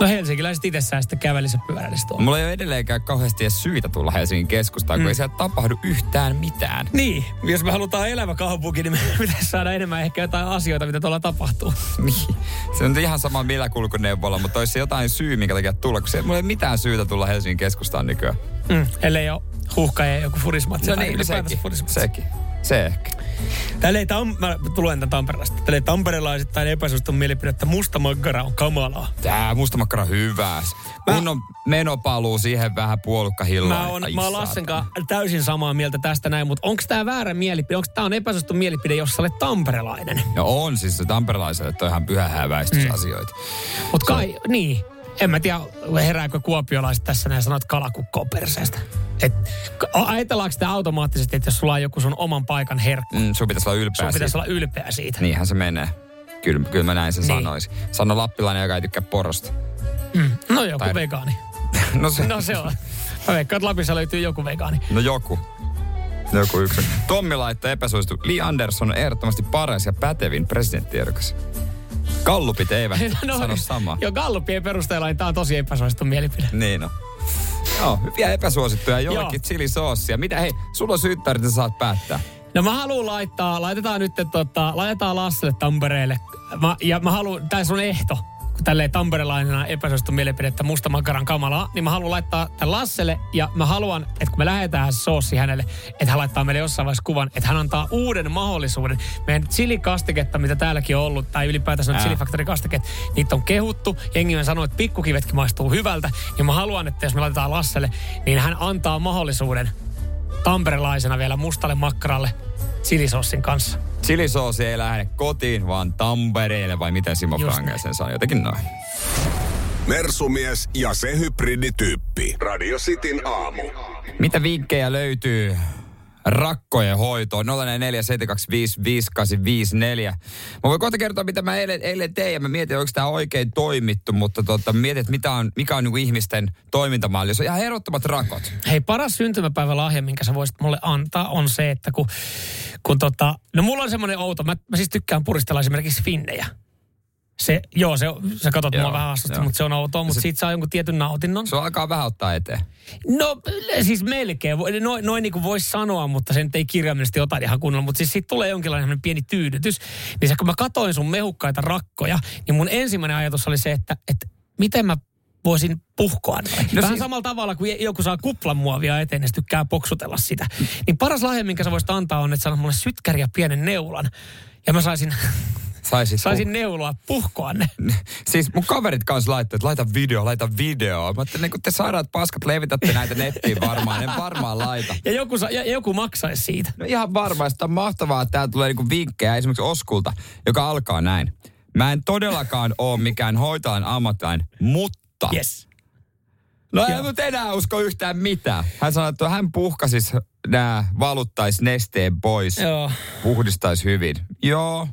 B: No helsinkiläiset itsessään sitten kävelissä pyörällistä tuolla.
C: Mulla ei ole edelleenkään kauheasti edes syitä tulla Helsingin keskustaan, kun
B: Mm.
C: ei siellä tapahdu yhtään mitään.
B: Niin, jos me halutaan elävä kaupunki, niin me pitäisi saada enemmän ehkä jotain asioita, mitä tuolla tapahtuu.
C: Niin. Se on nyt ihan sama millä kulkuneuvolla, mutta olisi se jotain syy, minkä takia tulla, kun siellä mulla ei ole mitään syytä tulla Helsingin keskustaan nykyään.
B: Mm, ellei ole huuhka ja joku furismatsi.
C: No
B: tai
C: niin, no
B: ylipäätänsä
C: sekin,
B: furismatsi.
C: sekin. Se ehkä.
B: Täällä ei tam- mä tulen tän Tampereesta. Täällä ei tamperelaisittain epäsuostun mielipide, että musta makkara on kamalaa.
C: Tää mustamakkara hyvää. Mun on menopaluu siihen vähän puolukkahillaan.
B: Mä oon,
C: Ai
B: mä oon
C: saatana.
B: Lassen kanssa täysin samaa mieltä tästä näin, mutta onko tämä väärä mielipide? Onko tämä on epäsuostun mielipide, jos sä olet tamperelainen?
C: No on siis se tamperelaiselle, että on ihan pyhä häväistysasioita.
B: Mutta kai, niin. En mä tiedä, herääkö kuopiolaiset tässä näin sanot kalakukkoon perseestä. Et, ka- ajatellaanko sitä automaattisesti, että jos sulla on joku sun oman paikan herkku,
C: Mm, sun pitäisi olla ylpeä
B: sun pitäisi
C: siitä. Niin.
B: olla ylpeä siitä.
C: Niinhän se menee. Kyllä, kyllä mä näin sen
B: Niin.
C: niin. sanoisin. Sano Lappilainen, joka ei tykkää porosta.
B: Mm. No joku
C: Tai-
B: vegaani.
C: No se,
B: No se on. Mä veikkaan, että Lapissa löytyy joku vegaani.
C: No joku. Joku yksi. Tommi laittaa epäsuositu. Li Andersson on ehdottomasti paras ja pätevin presidenttiehdokas. Kallupit eivät sano samaa.
B: Jo No, Gallupien perusteella niin tämä on tosi epäsuosittu mielipide.
C: Niin on. Joo, hyviä epäsuosittuja jollekin chilisoossia. Mitä hei, sulla on syyttärit, sä saat päättää.
B: No mä haluan laittaa, laitetaan nyt, tota, laitetaan Lasselle Tampereelle. Mä, ja mä haluan, tää sun ehto. kun tälleen tamperelaisena epäsuosittu mielipidettä musta makaran kamalaa, niin mä haluan laittaa tämän Lasselle ja mä haluan, että kun me lähetään soossi hänelle, että hän laittaa meille jossain vaiheessa kuvan, että hän antaa uuden mahdollisuuden. Meidän chilikastiketta, mitä täälläkin on ollut, tai ylipäätänsä
C: Ää.
B: noita Chili Factory kastiketta, niitä on kehuttu. Jengi on sanonut, että pikkukivetkin maistuu hyvältä. Ja mä haluan, että jos me laitetaan Lasselle, niin hän antaa mahdollisuuden tamperelaisena vielä mustalle makkaralle chilisossin kanssa.
C: Chilisoosi ei lähde kotiin, vaan Tampereelle, vai miten Simo
A: Just
C: Frangen sen sanoi? Jotenkin noin.
A: Mersumies ja se hybridityyppi. Radio Cityn aamu.
C: Mitä vinkkejä löytyy rakkojen hoitoon? 0447255854. Mä voin kohta kertoa, mitä mä eilen, eilen tein ja mä mietin, onko tämä oikein toimittu, mutta tota, mietin, että mitä on, mikä on niinku ihmisten toimintamalli. Se on ihan erottomat rakot.
B: Hei, paras syntymäpäivälahja, minkä sä voisit mulle antaa, on se, että kun, kun tota, no mulla on semmoinen outo, mä, mä siis tykkään puristella esimerkiksi finnejä. Se, joo, se, sä katot
C: Joo,
B: mua vähän hassusti,
C: joo.
B: mutta se on outoa, mutta siitä saa jonkun tietyn nautinnon.
C: Se alkaa vähän ottaa eteen.
B: No siis melkein, Voi- noin, noin niin kuin voisi sanoa, mutta sen ei kirjaimellisesti jotain ihan kunnolla, mutta siis siitä tulee jonkinlainen semmoinen pieni tyydytys. Niin se, kun mä katoin sun mehukkaita rakkoja, niin mun ensimmäinen ajatus oli se, että, että miten mä voisin puhkoa noin. No Vähän siis... samalla tavalla kuin joku saa kuplan muovia eteen ja sit tykkää poksutella sitä. Niin paras lahja, minkä sä voisit antaa on, että sä annat mulle sytkäri ja pienen neulan. Ja mä saisin,
C: Saisit
B: saisin neuloa puhkoa ne.
C: Siis mun kaverit kanssa laittoi, että laita video, laita video. Mä ajattelin, kun te sairaat paskat levitätte näitä nettiin varmaan, en varmaan laita.
B: Ja joku, sa- ja joku maksaisi siitä.
C: No ihan varmaan, sitä on mahtavaa, että täällä tulee niinku vinkkejä esimerkiksi Oskulta, joka alkaa näin. Mä en todellakaan ole mikään hoitajan ammattilainen, mutta...
B: Yes.
C: No en nyt enää usko yhtään mitään. Hän sanoi, että hän puhkasis nämä, valuttaisi nesteen pois,
B: Joo.
C: puhdistaisi hyvin. Joo,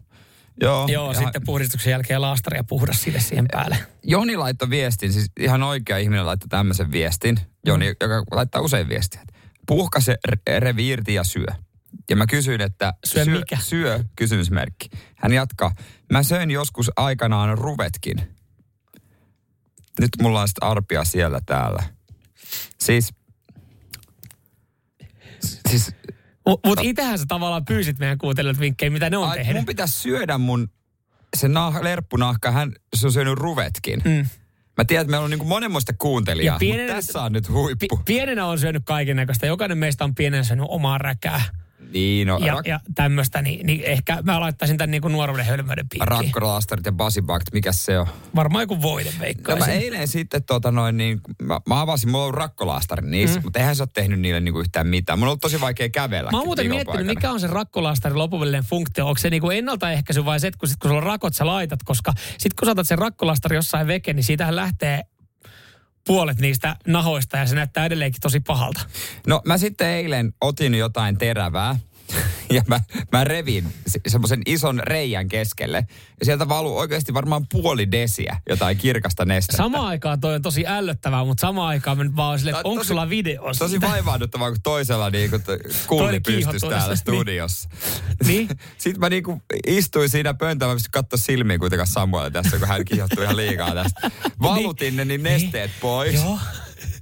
C: joo.
B: Joo,
C: Ihan-
B: sitten puhdistuksen jälkeen laastaria puhdas sille siihen päälle.
C: Joni laittoi viestin, siis ihan oikea ihminen laittoi tämmöisen viestin. Joni, mm. joka laittaa usein viestiä. että Puhka se re- revi irti ja syö. Ja mä kysyin, että
B: Syö mikä?
C: syö kysymysmerkki. Hän jatkaa, mä söin joskus aikanaan ruvetkin. Nyt mulla on sitten arpia siellä täällä. Siis, siis
B: Mutta itähän sä tavallaan pyysit meidän kuuntelijat vinkkejä, mitä ne on
C: ai,
B: tehnyt.
C: mun pitäisi syödä mun se nah, lerppunahka, hän se on syönyt ruvetkin.
B: Mm.
C: Mä tiedän, että meillä on niin monenmoista kuuntelijaa,
B: Ja
C: pienen...
B: pienenä-
C: mutta tässä on nyt huippu. Pi...
B: Pienenä on syönyt kaiken näköistä. Jokainen meistä on pienenä syönyt omaa räkää
C: Niin, no,
B: ja,
C: rak-
B: ja tämmöistä. Niin, niin, ehkä mä laittaisin tämän niin kuin nuoruuden hölmöiden piikkiin.
C: rakkoralastarit ja basibakt, mikä se on?
B: Varmaan joku voide
C: No mä
B: veikkaisin.
C: eilen sitten tota noin, niin, mä, mä avasin, mulla on rakkolaastarin niissä, mm. mutta eihän se ole tehnyt niille niinku yhtään mitään. Mulla on ollut tosi vaikea kävellä.
B: Mä oon muuten miettinyt, mikä on se rakkolaastarin lopullinen funktio. Onko se niinku ennaltaehkäisy vai se, että kun, sit, kun sulla on rakot, sä laitat, koska sit kun saatat sen rakkolaastari jossain veke, niin siitähän lähtee puolet niistä nahoista ja se näyttää edelleenkin tosi pahalta.
C: No mä sitten eilen otin jotain terävää ja mä, mä revin se- semmoisen ison reijän keskelle. Ja sieltä valuu oikeasti varmaan puoli desiä jotain kirkasta nestettä.
B: Samaan aikaan toi on tosi ällöttävää, mutta samaan aikaan mä nyt vaan oon silleen, että
C: Tää on
B: onko
C: tosi-
B: sulla video
C: Tosi
B: siitä?
C: vaivaaduttavaa, kun toisella niinku t- kulli
B: Toinen kiihottuu
C: pystyssä
B: tässä,
C: täällä
B: niin.
C: studiossa.
B: Niin?
C: Sitten mä niinku istuin siinä pöntään, mä pystyn katsoa silmiin kuitenkaan Samuelta tässä, kun hän kiihottui ihan liikaa tästä. Valutin ne niin nesteet pois.
B: Niin. Joo.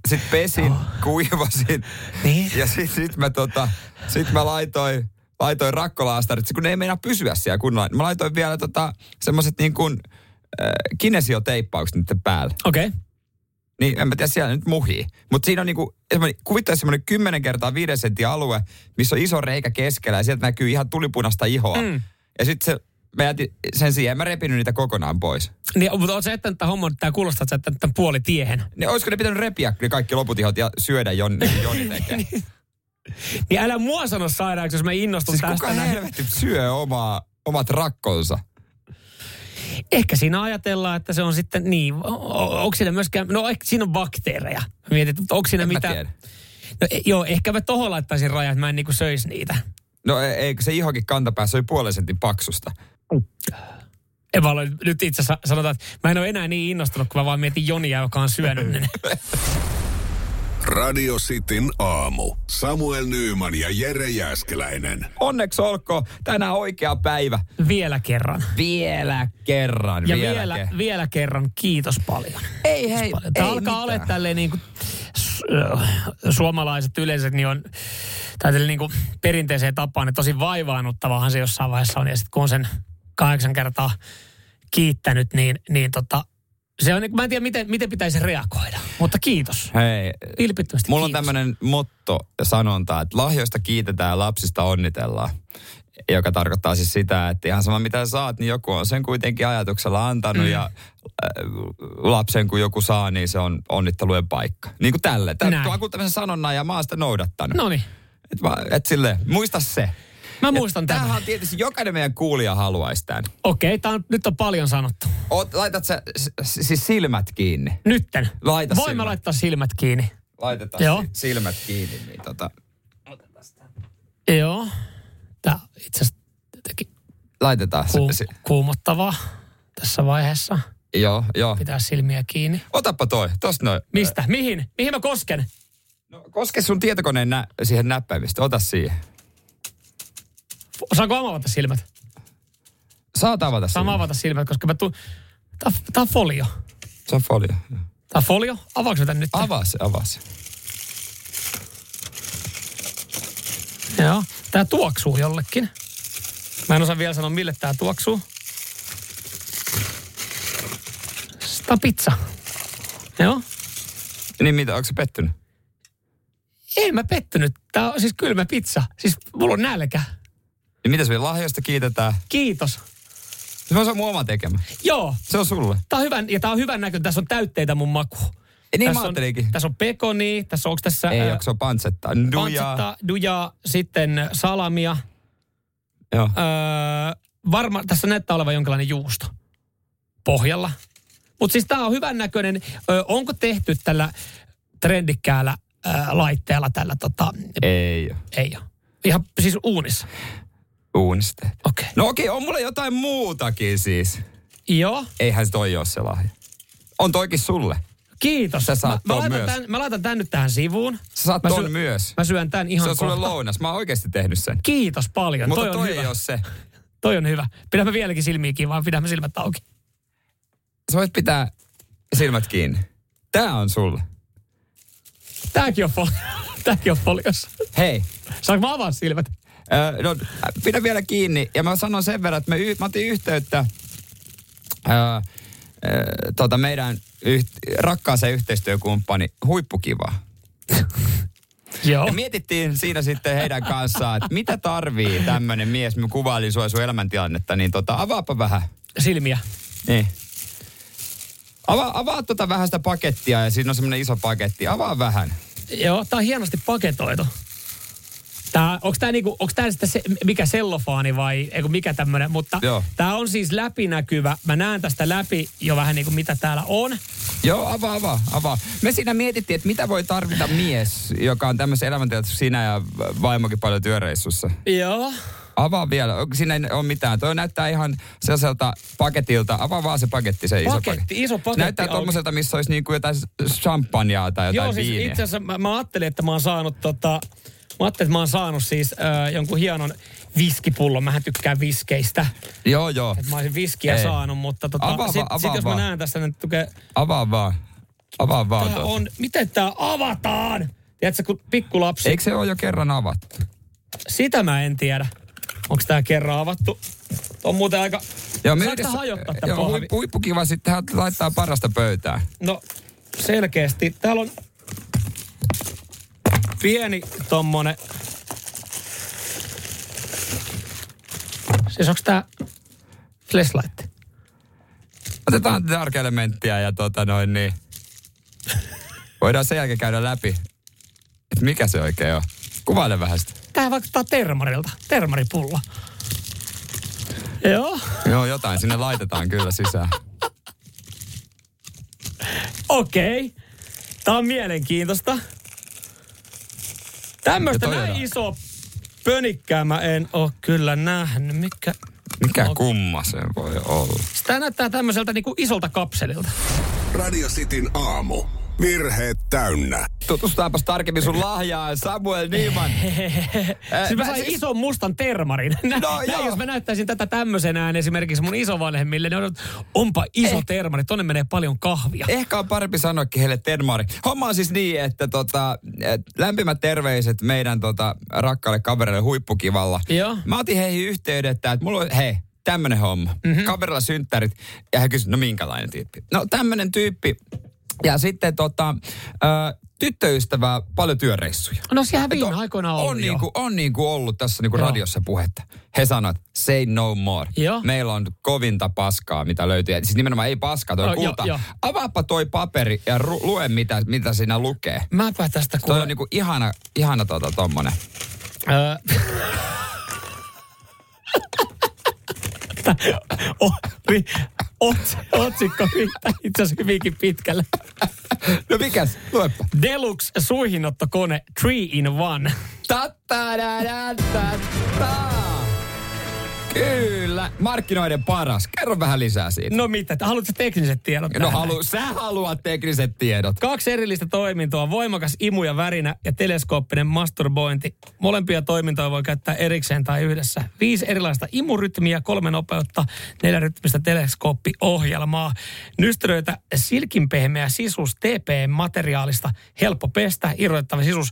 C: Sitten pesin, kuivasin.
B: Niin.
C: Ja sitten sit mä, tota, sit mä laitoin, laitoin rakkolaastarit, kun ne ei meinaa pysyä siellä kunnolla. Mä laitoin vielä tota, semmoset niin kuin äh, kinesioteippaukset niiden päälle.
B: Okei. Okay.
C: Niin en mä tiedä, siellä nyt muhii. Mutta siinä on niinku, esimerkiksi kuvittaa semmoinen 10 kertaa 5 sentin alue, missä on iso reikä keskellä ja sieltä näkyy ihan tulipunasta ihoa. Mm. Ja sitten se, mä jätin sen siihen, en mä repinyt niitä kokonaan pois.
B: Niin, mutta oot sä jättänyt tämän homman, tää kuulostaa, että sä jättänyt tämän puoli tiehen.
C: Ne, olisiko ne pitänyt repiä ne kaikki loput ihot ja syödä jon, Joni tekee?
B: Niin älä mua sano sairaaksi, jos mä innostun
C: siis
B: tästä.
C: kuka
B: näin.
C: helvetti syö omaa, omat rakkonsa?
B: Ehkä siinä ajatellaan, että se on sitten niin, o- o- onko siinä myöskään, no ehkä siinä on bakteereja. Mä Mietin, että onko siinä
C: En mä
B: mitä.
C: tiedä.
B: No, e- joo, ehkä mä tohon laittaisin rajan, että mä en niinku söisi niitä.
C: No e- eikö se ihokin kantapäässä oli puolen sentin paksusta?
B: En mä ole, nyt itse asiassa sanotaan, että mä en ole enää niin innostunut, kun mä vaan mietin Jonia, joka on syönyt ne.
A: Radio Cityn aamu. Samuel Nyyman ja Jere Jäskeläinen.
C: Onneksi olkoon tänään oikea päivä.
B: Vielä kerran.
C: Vielä kerran.
B: Ja vielä,
C: ke-
B: vielä, vielä kerran kiitos paljon.
C: Ei hei,
B: Tämä
C: ei
B: alkaa
C: mitään.
B: olla tälleen niin kuin, suomalaiset yleensä niin on tai tälleen niin kuin perinteiseen tapaan, että tosi vaivaannuttavahan se jossain vaiheessa on. Ja sitten kun on sen kahdeksan kertaa kiittänyt, niin, niin tota, se on, niin kuin- mä en tiedä, miten, miten pitäisi reagoida, mutta kiitos.
C: Hei,
B: Vilpittömästi
C: mulla on
B: kiitos.
C: tämmöinen motto ja sanonta, että lahjoista kiitetään ja lapsista onnitellaan. Joka tarkoittaa siis sitä, että ihan sama mitä saat, niin joku on sen kuitenkin ajatuksella antanut mm. ja äh, lapsen kun joku saa, niin se on onnittelujen paikka. Niin kuin tälle. Tämä
B: Näin.
C: on tämmöisen sanonnan ja mä oon sitä noudattanut.
B: No niin,
C: Et, mä- et sille, muista se.
B: mä muistan tämän.
C: Tämähän on tietysti jokainen meidän kuulija haluaisi tämän.
B: Okei, tää on, nyt on paljon sanottu.
C: Oot, laitat sä s- s- siis silmät kiinni.
B: Nytten.
C: Laita
B: Voin mä
C: silmät.
B: laittaa silmät kiinni.
C: Laitetaan
B: Joo.
C: Joo. silmät kiinni. Niin tota,
B: Joo. Tää on itse asiassa jotenkin
C: laitetaan se.
B: kuum-
C: se.
B: kuumottavaa tässä vaiheessa.
C: Joo, joo.
B: Pitää silmiä kiinni.
C: Otapa toi, tosta noin.
B: Mistä? Mihin? Mihin mä kosken?
C: Koske sun tietokoneen nä- siihen näppäimistä, ota siihen.
B: Saanko mä avata silmät?
C: Saat avata
B: Saan mä
C: silmät.
B: avata silmät, koska mä tuun... Tää, on- tää on folio.
C: Se on folio.
B: Tää on folio. Avaanko mä tän nyt?
C: Avaa se, avaa se.
B: Joo. Tää tuoksuu jollekin. Mä en osaa vielä sanoa, mille tää tuoksuu. Sitä pizza. Joo.
C: Niin mitä, onko se pettynyt?
B: Ei mä pettynyt. Tää on siis kylmä pizza. Siis mulla on nälkä.
C: Niin mitä se vielä lahjoista kiitetään?
B: Kiitos.
C: Se on se mun oma tekemä.
B: Joo.
C: Se on sulle.
B: Tää on hyvän, ja tää on hyvän näköinen. Tässä on täytteitä mun maku.
C: Ei, niin
B: tässä
C: mä
B: on,
C: ajattelinkin.
B: tässä on pekoni, tässä on, onko tässä
C: Ei,
B: ää,
C: onko se on pansetta? Nduja.
B: pansetta, dujaa, sitten salamia.
C: Joo.
B: Öö, varma, tässä näyttää olevan jonkinlainen juusto pohjalla. Mutta siis tämä on hyvän näköinen. Öö, onko tehty tällä trendikkäällä öö, laitteella tällä tota...
C: Ei oo.
B: Ei ole. Ihan siis uunissa.
C: Uunista.
B: Okei.
C: No okei, on mulla jotain muutakin siis.
B: Joo.
C: Eihän se toi ole se lahja. On toikin sulle.
B: Kiitos.
C: Sä saat
B: mä,
C: ton
B: mä, laitan
C: myös.
B: Tämän, mä laitan tämän nyt tähän sivuun.
C: Sä saat
B: mä
C: ton myös.
B: Mä syön tämän ihan
C: se on sulle
B: No kohta.
C: lounas. Mä oon oikeasti tehnyt sen.
B: Kiitos paljon.
C: Mutta
B: toi, on
C: ei
B: hyvä.
C: ole se.
B: Toi on hyvä. Pidämme vieläkin silmiä kiinni, vaan pidämme silmät auki.
C: Sä voit pitää silmät kiinni. Tää on sulle.
B: Tääkin on, fol- Tääkin on foliossa.
C: Hei,
B: Saanko mä avaa silmät?
C: Ö, No, pidä vielä kiinni. Ja mä sanon sen verran, että me y- mä otin yhteyttä ö, ö, tota meidän yht- rakkaaseen yhteistyökumppani Huippukiva.
B: Joo.
C: Ja mietittiin siinä sitten heidän kanssaan, että mitä tarvii tämmöinen mies. Mä kuvailin sua ja sun elämäntilannetta, niin tota, avaapa vähän.
B: Silmiä.
C: Niin. Ava, avaa tota vähän sitä pakettia ja siinä on semmoinen iso paketti. Avaa vähän.
B: Joo, tää on hienosti paketoitu. Tää, onks tää, niinku, onks tää sitä se, mikä sellofaani vai eiku, mikä tämmönen, mutta
C: Joo.
B: tää on siis läpinäkyvä. Mä näen tästä läpi jo vähän niinku mitä täällä on.
C: Joo, avaa, avaa, avaa. Me siinä mietittiin, että mitä voi tarvita mies, joka on tämmöisen elämäntilanteessa sinä ja vaimokin paljon työreissussa.
B: Joo.
C: Avaa vielä, Onko siinä ei ole mitään. Toi näyttää ihan sellaiselta paketilta. Avaa vaan se paketti, se iso
B: Paketti,
C: paketti.
B: iso paketti
C: Näyttää
B: auki.
C: tommoselta, missä olisi niinku jotain champanjaa tai jotain
B: Joo, siis
C: viiniä.
B: itse asiassa mä, mä ajattelin, että mä oon saanut tota, mä ajattelin, että mä oon saanut siis äh, jonkun hienon viskipullon. Mähän tykkään viskeistä.
C: Joo, joo.
B: Että mä olisin viskiä
C: Ei.
B: saanut, mutta tota,
C: Avaa
B: sit,
C: vaan,
B: sit
C: avaa
B: jos mä
C: vaan.
B: näen tässä, niin tukee,
C: Avaa vaan. Avaa vaan
B: tää
C: tuosta.
B: on, miten tää avataan? Tiedätkö, kun pikkulapsi,
C: Eikö se ole jo kerran avattu?
B: sitä mä en tiedä. Onko tää kerran avattu? On muuten aika...
C: Joo, me
B: Saanko tää
C: yhdessä-
B: hajottaa tää
C: Joo,
B: pohvi?
C: huippu- huippukiva sitten hän laittaa parasta pöytää.
B: No, selkeästi. Täällä on pieni tommonen... Siis onks tää flashlight?
C: Otetaan dark elementtiä ja tota noin niin. Voidaan sen jälkeen käydä läpi, että mikä se oikein on. Kuvaile vähän sitä.
B: Tää vaikuttaa termarilta. Termaripullo. Joo.
C: Joo, jotain sinne laitetaan kyllä sisään.
B: Okei. Okay. Tämä on mielenkiintoista. Tämmöistä
C: Ja toi
B: näin
C: on-
B: iso pönikkää mä en oo kyllä nähnyt. Mikä?
C: Mikä kumma se voi olla?
B: Tämä näyttää tämmöiseltä niinku isolta kapselilta.
A: Radio Cityn aamu. Virheet täynnä.
C: Tutustaapas tarkemmin sun lahjaa, Samuel Niiman.
B: Äh, siis mä sain siis... ison mustan termarin. Nä,
C: No
B: no,
C: joo.
B: näin, jos mä näyttäisin tätä tämmöisenään esimerkiksi mun isovanhemmille, niin on, onpa iso eh. termari, tonne menee paljon kahvia.
C: Ehkä on parempi sanoakin heille termaari. Homma on siis niin, että tota, et lämpimät terveiset meidän tota, rakkaalle kavereille huippukivalla.
B: Joo.
C: Mä otin heihin yhteyden, että mulla on, hei, tämmönen homma.
B: Mhm.
C: Mm-hmm. Kaverilla synttärit. Ja hän kysyi, no minkälainen tyyppi? No tämmönen tyyppi. Ja sitten tota, ö, tyttöystävää paljon työreissuja.
B: No sehän
C: Et
B: viime
C: on-
B: aikoina on ollut
C: on
B: jo.
C: niinku, on niinku ollut tässä niinku
B: Joo.
C: radiossa puhetta. He sanoivat, say no more.
B: Joo.
C: Meillä on kovinta paskaa, mitä löytyy. Ja Siis nimenomaan ei paskaa, toi
B: Oh,
C: oh,
B: joo,
C: kulta.
B: joo.
C: Avaapa toi paperi ja ru- lue, mitä, mitä siinä lukee.
B: Mäpä tästä
C: Toi
B: kuulen.
C: on niinku ihana, ihana tota, tommonen.
B: Öö. Tää o- vi- ot- otsikko viittaa itse asiassa hyvinkin pitkälle.
C: No mikäs? Luepa.
B: Deluxe suihinottokone 3 in 1.
C: Kyllä, markkinoiden paras. Kerro vähän lisää siitä.
B: No mitä, t- haluatko tekniset tiedot?
C: No
B: tähän?
C: halu, sä haluat tekniset tiedot.
B: Kaksi erillistä toimintoa, voimakas imu ja värinä ja teleskooppinen masturbointi. Molempia toimintoja voi käyttää erikseen tai yhdessä. Viisi erilaista imurytmiä, kolme nopeutta, neljä rytmistä teleskooppiohjelmaa. Nystyröitä silkinpehmeä sisus TPM-materiaalista, helppo pestä, irrotettava sisus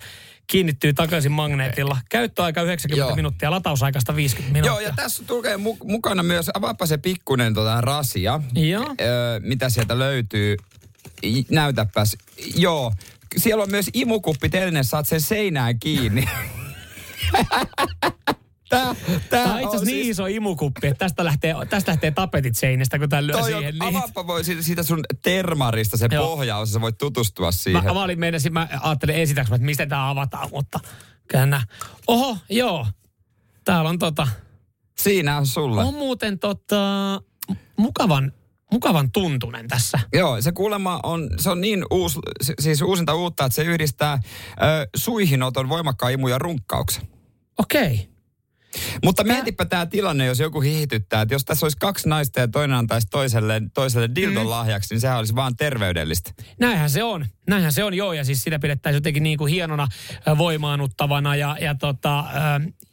B: kiinnittyy takaisin magneetilla. Käyttöaika 90
C: Joo.
B: minuuttia, latausaikasta 50
C: Joo,
B: minuuttia.
C: ja tässä tulee mu- mukana myös, avaapa se pikkunen tota rasia,
B: Joo.
C: Öö, mitä sieltä löytyy. I- Näytäpäs. Joo, siellä on myös imukuppi telinen, saat sen seinään kiinni. tää, siis
B: Tämä on itse asiassa niin iso imukuppi, että tästä lähtee, tästä lähtee tapetit seinästä, kun tämä lyö
C: Toi on,
B: siihen. niin.
C: avaappa voi siitä, siitä sun termarista se
B: Joo.
C: pohjaosa, sä voit tutustua siihen.
B: Mä avaalin meinasin, mä ajattelin ensitäks, mä, että mistä tää avataan, mutta kyllähän nää. Oho, joo. Täällä on tota,
C: Siinä on sulle.
B: on muuten tota, mukavan, mukavan tuntunen tässä.
C: Joo, se kuulemma on, se on niin uus, si- siis uusinta uutta, että se yhdistää ö, suihinoton voimakkaan imu ja runkkauksen.
B: Okei. Okay.
C: Mutta mietipä tämä tilanne, jos joku hiihdyttää, että jos tässä olisi kaksi naista ja toinen antaisi toiselle, toiselle dildon mm. lahjaksi, niin sehän olisi vaan terveydellistä.
B: Näinhän se on. Näinhän se on, joo. Ja siis sitä pidettäisiin jotenkin niin kuin hienona ö, voimaannuttavana ja, ja tota, ö,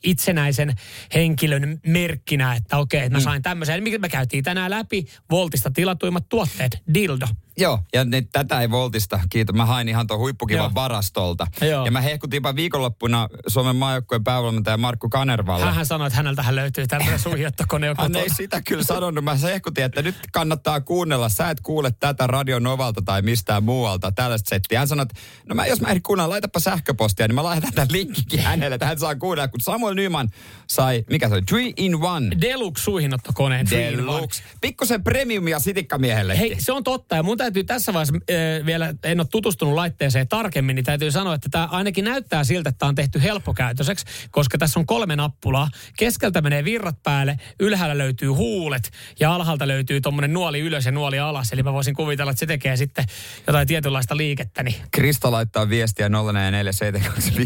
B: itsenäisen henkilön merkkinä, että okei, että mä sain tämmöisen. Mikä me käytiin tänään läpi Voltista tilatuimmat tuotteet, dildo.
C: Joo, ja ne, tätä ei voltista. Kiitos. Mä hain ihan tuon huippukivan
B: Joo.
C: varastolta.
B: Joo.
C: Ja mä hehkutinpa viikonloppuna Suomen maajoukkueen päävalmentaja Markku Kanervalle.
B: Hänhän sanoi, että häneltähän löytyy tämmöinen suihjottokone. joka
C: Hän ei
B: tuolla-
C: sitä kyllä sanonut. Mä hehkutin, että nyt kannattaa kuunnella. Sä et kuule tätä Radio Novalta tai mistään muualta tällaista settiä. Hän sanoi, että no mä, jos mä ehdin kuunnella, laitapa sähköpostia, niin mä laitan tämän linkinkin hänelle, että hän saa kuunnella. Kun Samuel Nyman sai, mikä se oli, three in one.
B: Deluxe-suihinnottokoneen.
C: Deluxe. Pikkusen premiumia sitikkamiehelle.
B: Hei, se on totta. Ja mun täytyy tässä vaiheessa äh, vielä, en ole tutustunut laitteeseen tarkemmin, niin täytyy sanoa, että tämä ainakin näyttää siltä, että tämä on tehty helppokäytöiseksi, koska tässä on kolme nappulaa. Keskeltä menee virrat päälle, ylhäällä löytyy huulet ja alhaalta löytyy tuommoinen nuoli ylös ja nuoli alas. Eli mä voisin kuvitella, että se tekee sitten jotain tietynlaista liikettä. Niin.
C: Krista laittaa viestiä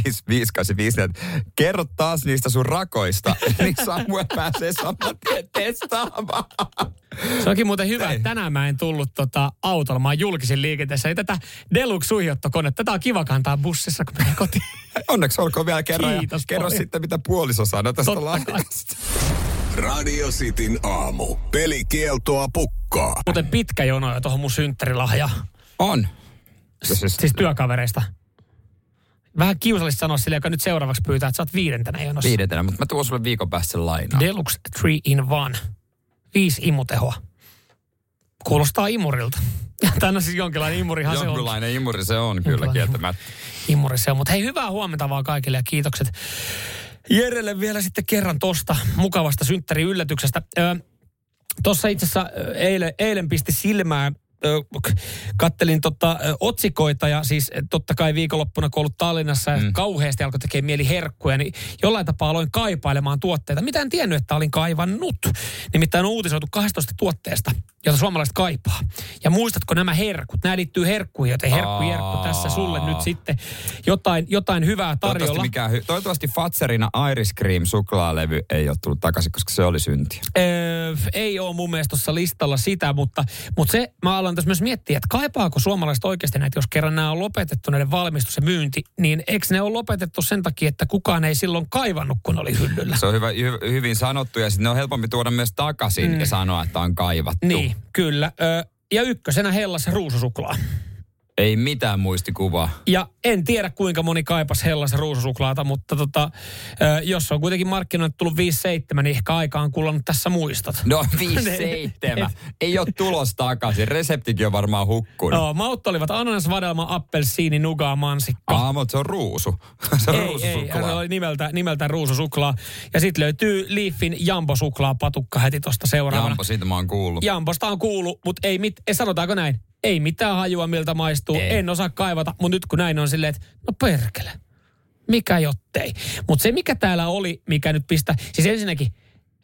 C: 047255854. Kerro taas niistä sun rakoista, niin Samuel pääsee saman tien testaamaan.
B: Se onkin muuten hyvä, että tänään mä en tullut tota autolla, mä oon julkisen liikenteessä. Ei tätä Deluxe-suihjottokonetta, tätä on kiva kantaa bussissa, kun menee kotiin.
C: Onneksi olkoon vielä kerran.
B: Kiitos
C: ja kerro
B: paljon.
C: sitten, mitä puoliso sanoi tästä
B: Totta kai.
C: laitteesta.
A: Radio Cityn aamu. Pelikieltoa pukkaa.
B: Muuten pitkä jono jo tuohon mun synttärilahjaan.
C: On.
B: siis, siis työkavereista. Vähän kiusallista sanoa sille, joka nyt seuraavaksi pyytää, että sä oot viidentenä jonossa.
C: Viidentenä, mutta mä tuon sulle viikon päästä sen lainaa.
B: Deluxe 3 in 1. Viisi imutehoa. Kuulostaa imurilta. Tämä on siis jonkinlainen imurihan se on.
C: Jonkinlainen imuri se on kyllä
B: Jonkinlainen
C: kieltämättä.
B: Imuri se on. Mutta hei, hyvää huomenta vaan kaikille ja kiitokset Jerelle vielä sitten kerran tosta mukavasta synttäriyllätyksestä. Öö, Tuossa itse asiassa ö, eilen, eilen pisti silmään, ö, k- kattelin tota, ö, otsikoita ja siis ö, totta kai viikonloppuna kun ollut Tallinnassa ja kauheasti alkoi tekemään mieli herkkuja, niin jollain tapaa aloin kaipailemaan tuotteita. Mitä en tiennyt, että olin kaivannut. Nimittäin on uutisoitu 12 tuotteesta, jota suomalaiset kaipaa. Ja muistatko nämä herkut? Nämä liittyy herkkuihin, joten herkku, herkku tässä sulle nyt sitten jotain, jotain hyvää
C: Toivottavasti,
B: tarjolla.
C: mikä hy- Toivottavasti Fatserina Iris Cream suklaalevy ei ole tullut takaisin, koska se oli syntiä.
B: Öö, ei ole mun mielestä tuossa listalla sitä, mutta, mutta se mä aloin tässä myös miettiä, että kaipaako suomalaiset oikeasti näitä, jos kerran nämä on lopetettu näiden valmistus ja myynti, niin eikö ne ole lopetettu sen takia, että kukaan ei silloin kaivannut, kun oli hyllyllä?
C: Se on hyvä, hy- hyvin sanottu ja sitten ne on helpompi tuoda myös takaisin mm. ja sanoa, että on kaivattu.
B: Niin, kyllä. Öö, ja ykkösenä hellas ruususuklaa.
C: Ei mitään muistikuvaa.
B: Ja en tiedä kuinka moni kaipas hellassa ruususuklaata, mutta tota, ö, jos on kuitenkin markkinoille tullut 5-7, niin ehkä aika on kulunut tässä muistot.
C: No 5-7. Ei ole tulos takaisin. Reseptikin on varmaan hukkunut.
B: Joo, maut olivat ananas, vadelma, appelsiini, nugaa, mansikka.
C: Aa, mutta Ah, se on ruusu. se on
B: Ah. ei, ei, se
C: ruususuklaa.
B: oli nimeltä, nimeltä ruususuklaa. Ja sitten löytyy Leafin jambosuklaa patukka heti tuosta seuraavana.
C: Jampo, siitä mä oon kuullut.
B: Jambosta on kuullut, mutta ei mit, ei, sanotaanko näin, ei mitään hajua miltä maistuu, ei. en osaa kaivata, mutta nyt kun näin on silleen, että no perkele, mikä jottei. Mutta se mikä täällä oli, mikä nyt pistää, siis ensinnäkin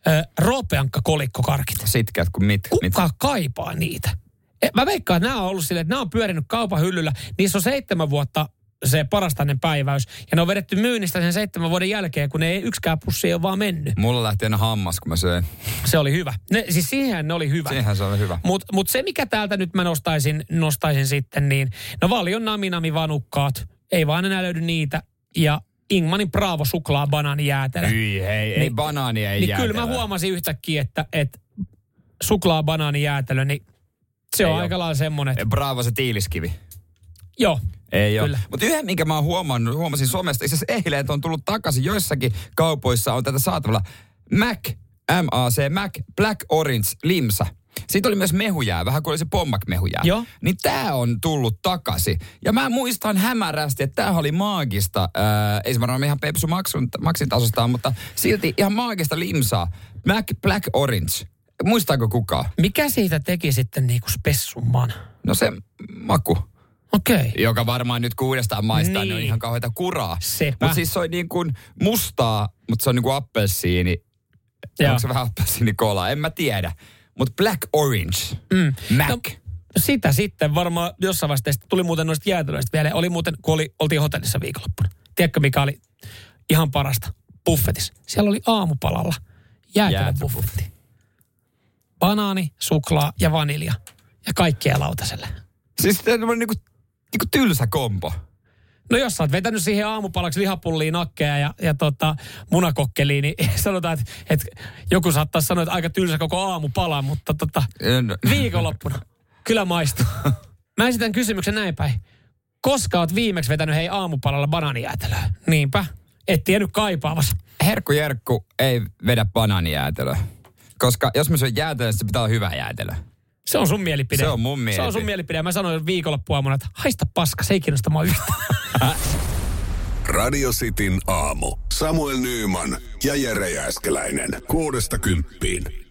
B: äh, roopeankka kolikkokarkit.
C: Sitkät kuin mit. mit.
B: Kuka kaipaa niitä? E, Mä veikkaan, että nämä on ollut silleen, että nämä on pyörinyt kaupan hyllyllä. Niissä on seitsemän vuotta se parastainen päiväys. Ja ne on vedetty myynnistä sen seitsemän vuoden jälkeen, kun ne ei yksikään pussi ei ole vaan mennyt.
C: Mulla lähti aina hammas, kun mä söin.
B: Se oli hyvä. Ne, siis siihen ne oli hyvä.
C: Sehän se on hyvä.
B: Mutta mut se, mikä täältä nyt mä nostaisin, nostaisin sitten, niin no valion naminami vanukkaat. Ei vaan enää löydy niitä. Ja Ingmanin Bravo suklaa banaani jäätelö.
C: Hyi hei, ei
B: Niin-
C: banaania, ei
B: niin
C: jäätelöä.
B: kyllä mä huomasin yhtäkkiä, että, että suklaa banaani jäätelö, niin se
C: Ei
B: on
C: oo.
B: aika lailla semmoinen. että-
C: Bravo se tiiliskivi.
B: Joo,
C: Ei ole.
B: Kyllä.
C: Mutta yhden, minkä mä oon huomannut, huomasin somesta, itse asiassa eilen, että on tullut takaisin joissakin kaupoissa, on tätä saatavilla. Mac, MAC, Mac, Black Orange, Limsa. Siitä oli myös mehujää, vähän kuin oli se pommakmehujää.
B: Joo.
C: Niin tää on tullut takaisin. Ja mä muistan hämärästi, että tää oli maagista, ää, ei se varmaan ihan Pepsu maksun, maksin tasostaan, mutta silti ihan maagista limsaa. Mac, Black Orange. Muistaako kukaan?
B: mikä siitä teki sitten niinku spessumman?
C: No se maku.
B: Okei. Okay.
C: joka varmaan nyt kuudestaan maistaa, niin, ne on
B: Niin.
C: ihan kauheita kuraa.
B: Sepä.
C: Mutta siis se on niin kuin mustaa, mutta se on niin kuin appelsiini.
B: Joo.
C: Onko se vähän appelsiinikolaa? En mä tiedä. Mutta black orange. Mm. Mac.
B: No, sitä sitten varmaan jossain vaiheessa tästä tuli muuten noista jäätelöistä vielä. Oli muuten, kun oli, oltiin hotellissa viikonloppuna. Tiedätkö, mikä oli ihan parasta? Buffetissa. Siellä oli aamupalalla jäätelöbuffetti. Banaani, suklaa ja vanilja. Ja kaikkea lautaselle.
C: Siis se on niin kuin, niin kuin tylsä kompo.
B: No jos sä oot vetänyt siihen aamupalaksi lihapullia, nakkeja ja, ja tota, munakokkeliin, niin sanotaan, että, että joku saattaa sanoa, että aika tylsä koko aamupala, mutta tota,
C: En-
B: Viikonloppuna. Kyllä maistuu. Mä esitän kysymyksen näin päin. Koska oot viimeksi vetänyt hei aamupalalla banaanijäätelöä? Niinpä. Et tiennyt kaipaavas.
C: Herkku Jerkku ei vedä banaanijäätelöä. Koska jos mä syön jäätelöä, niin se pitää olla hyvä jäätelö.
B: Se on sun mielipide.
C: Se on mun
B: Se on sun
C: mielipide.
B: mielipide. Mä sanoin viikonloppuaamuna, että haista paska, se ei kiinnosta mua yhtään.
A: Radio Cityn aamu. Samuel Nyyman ja Jere Jääskeläinen. Kuudesta kymppiin.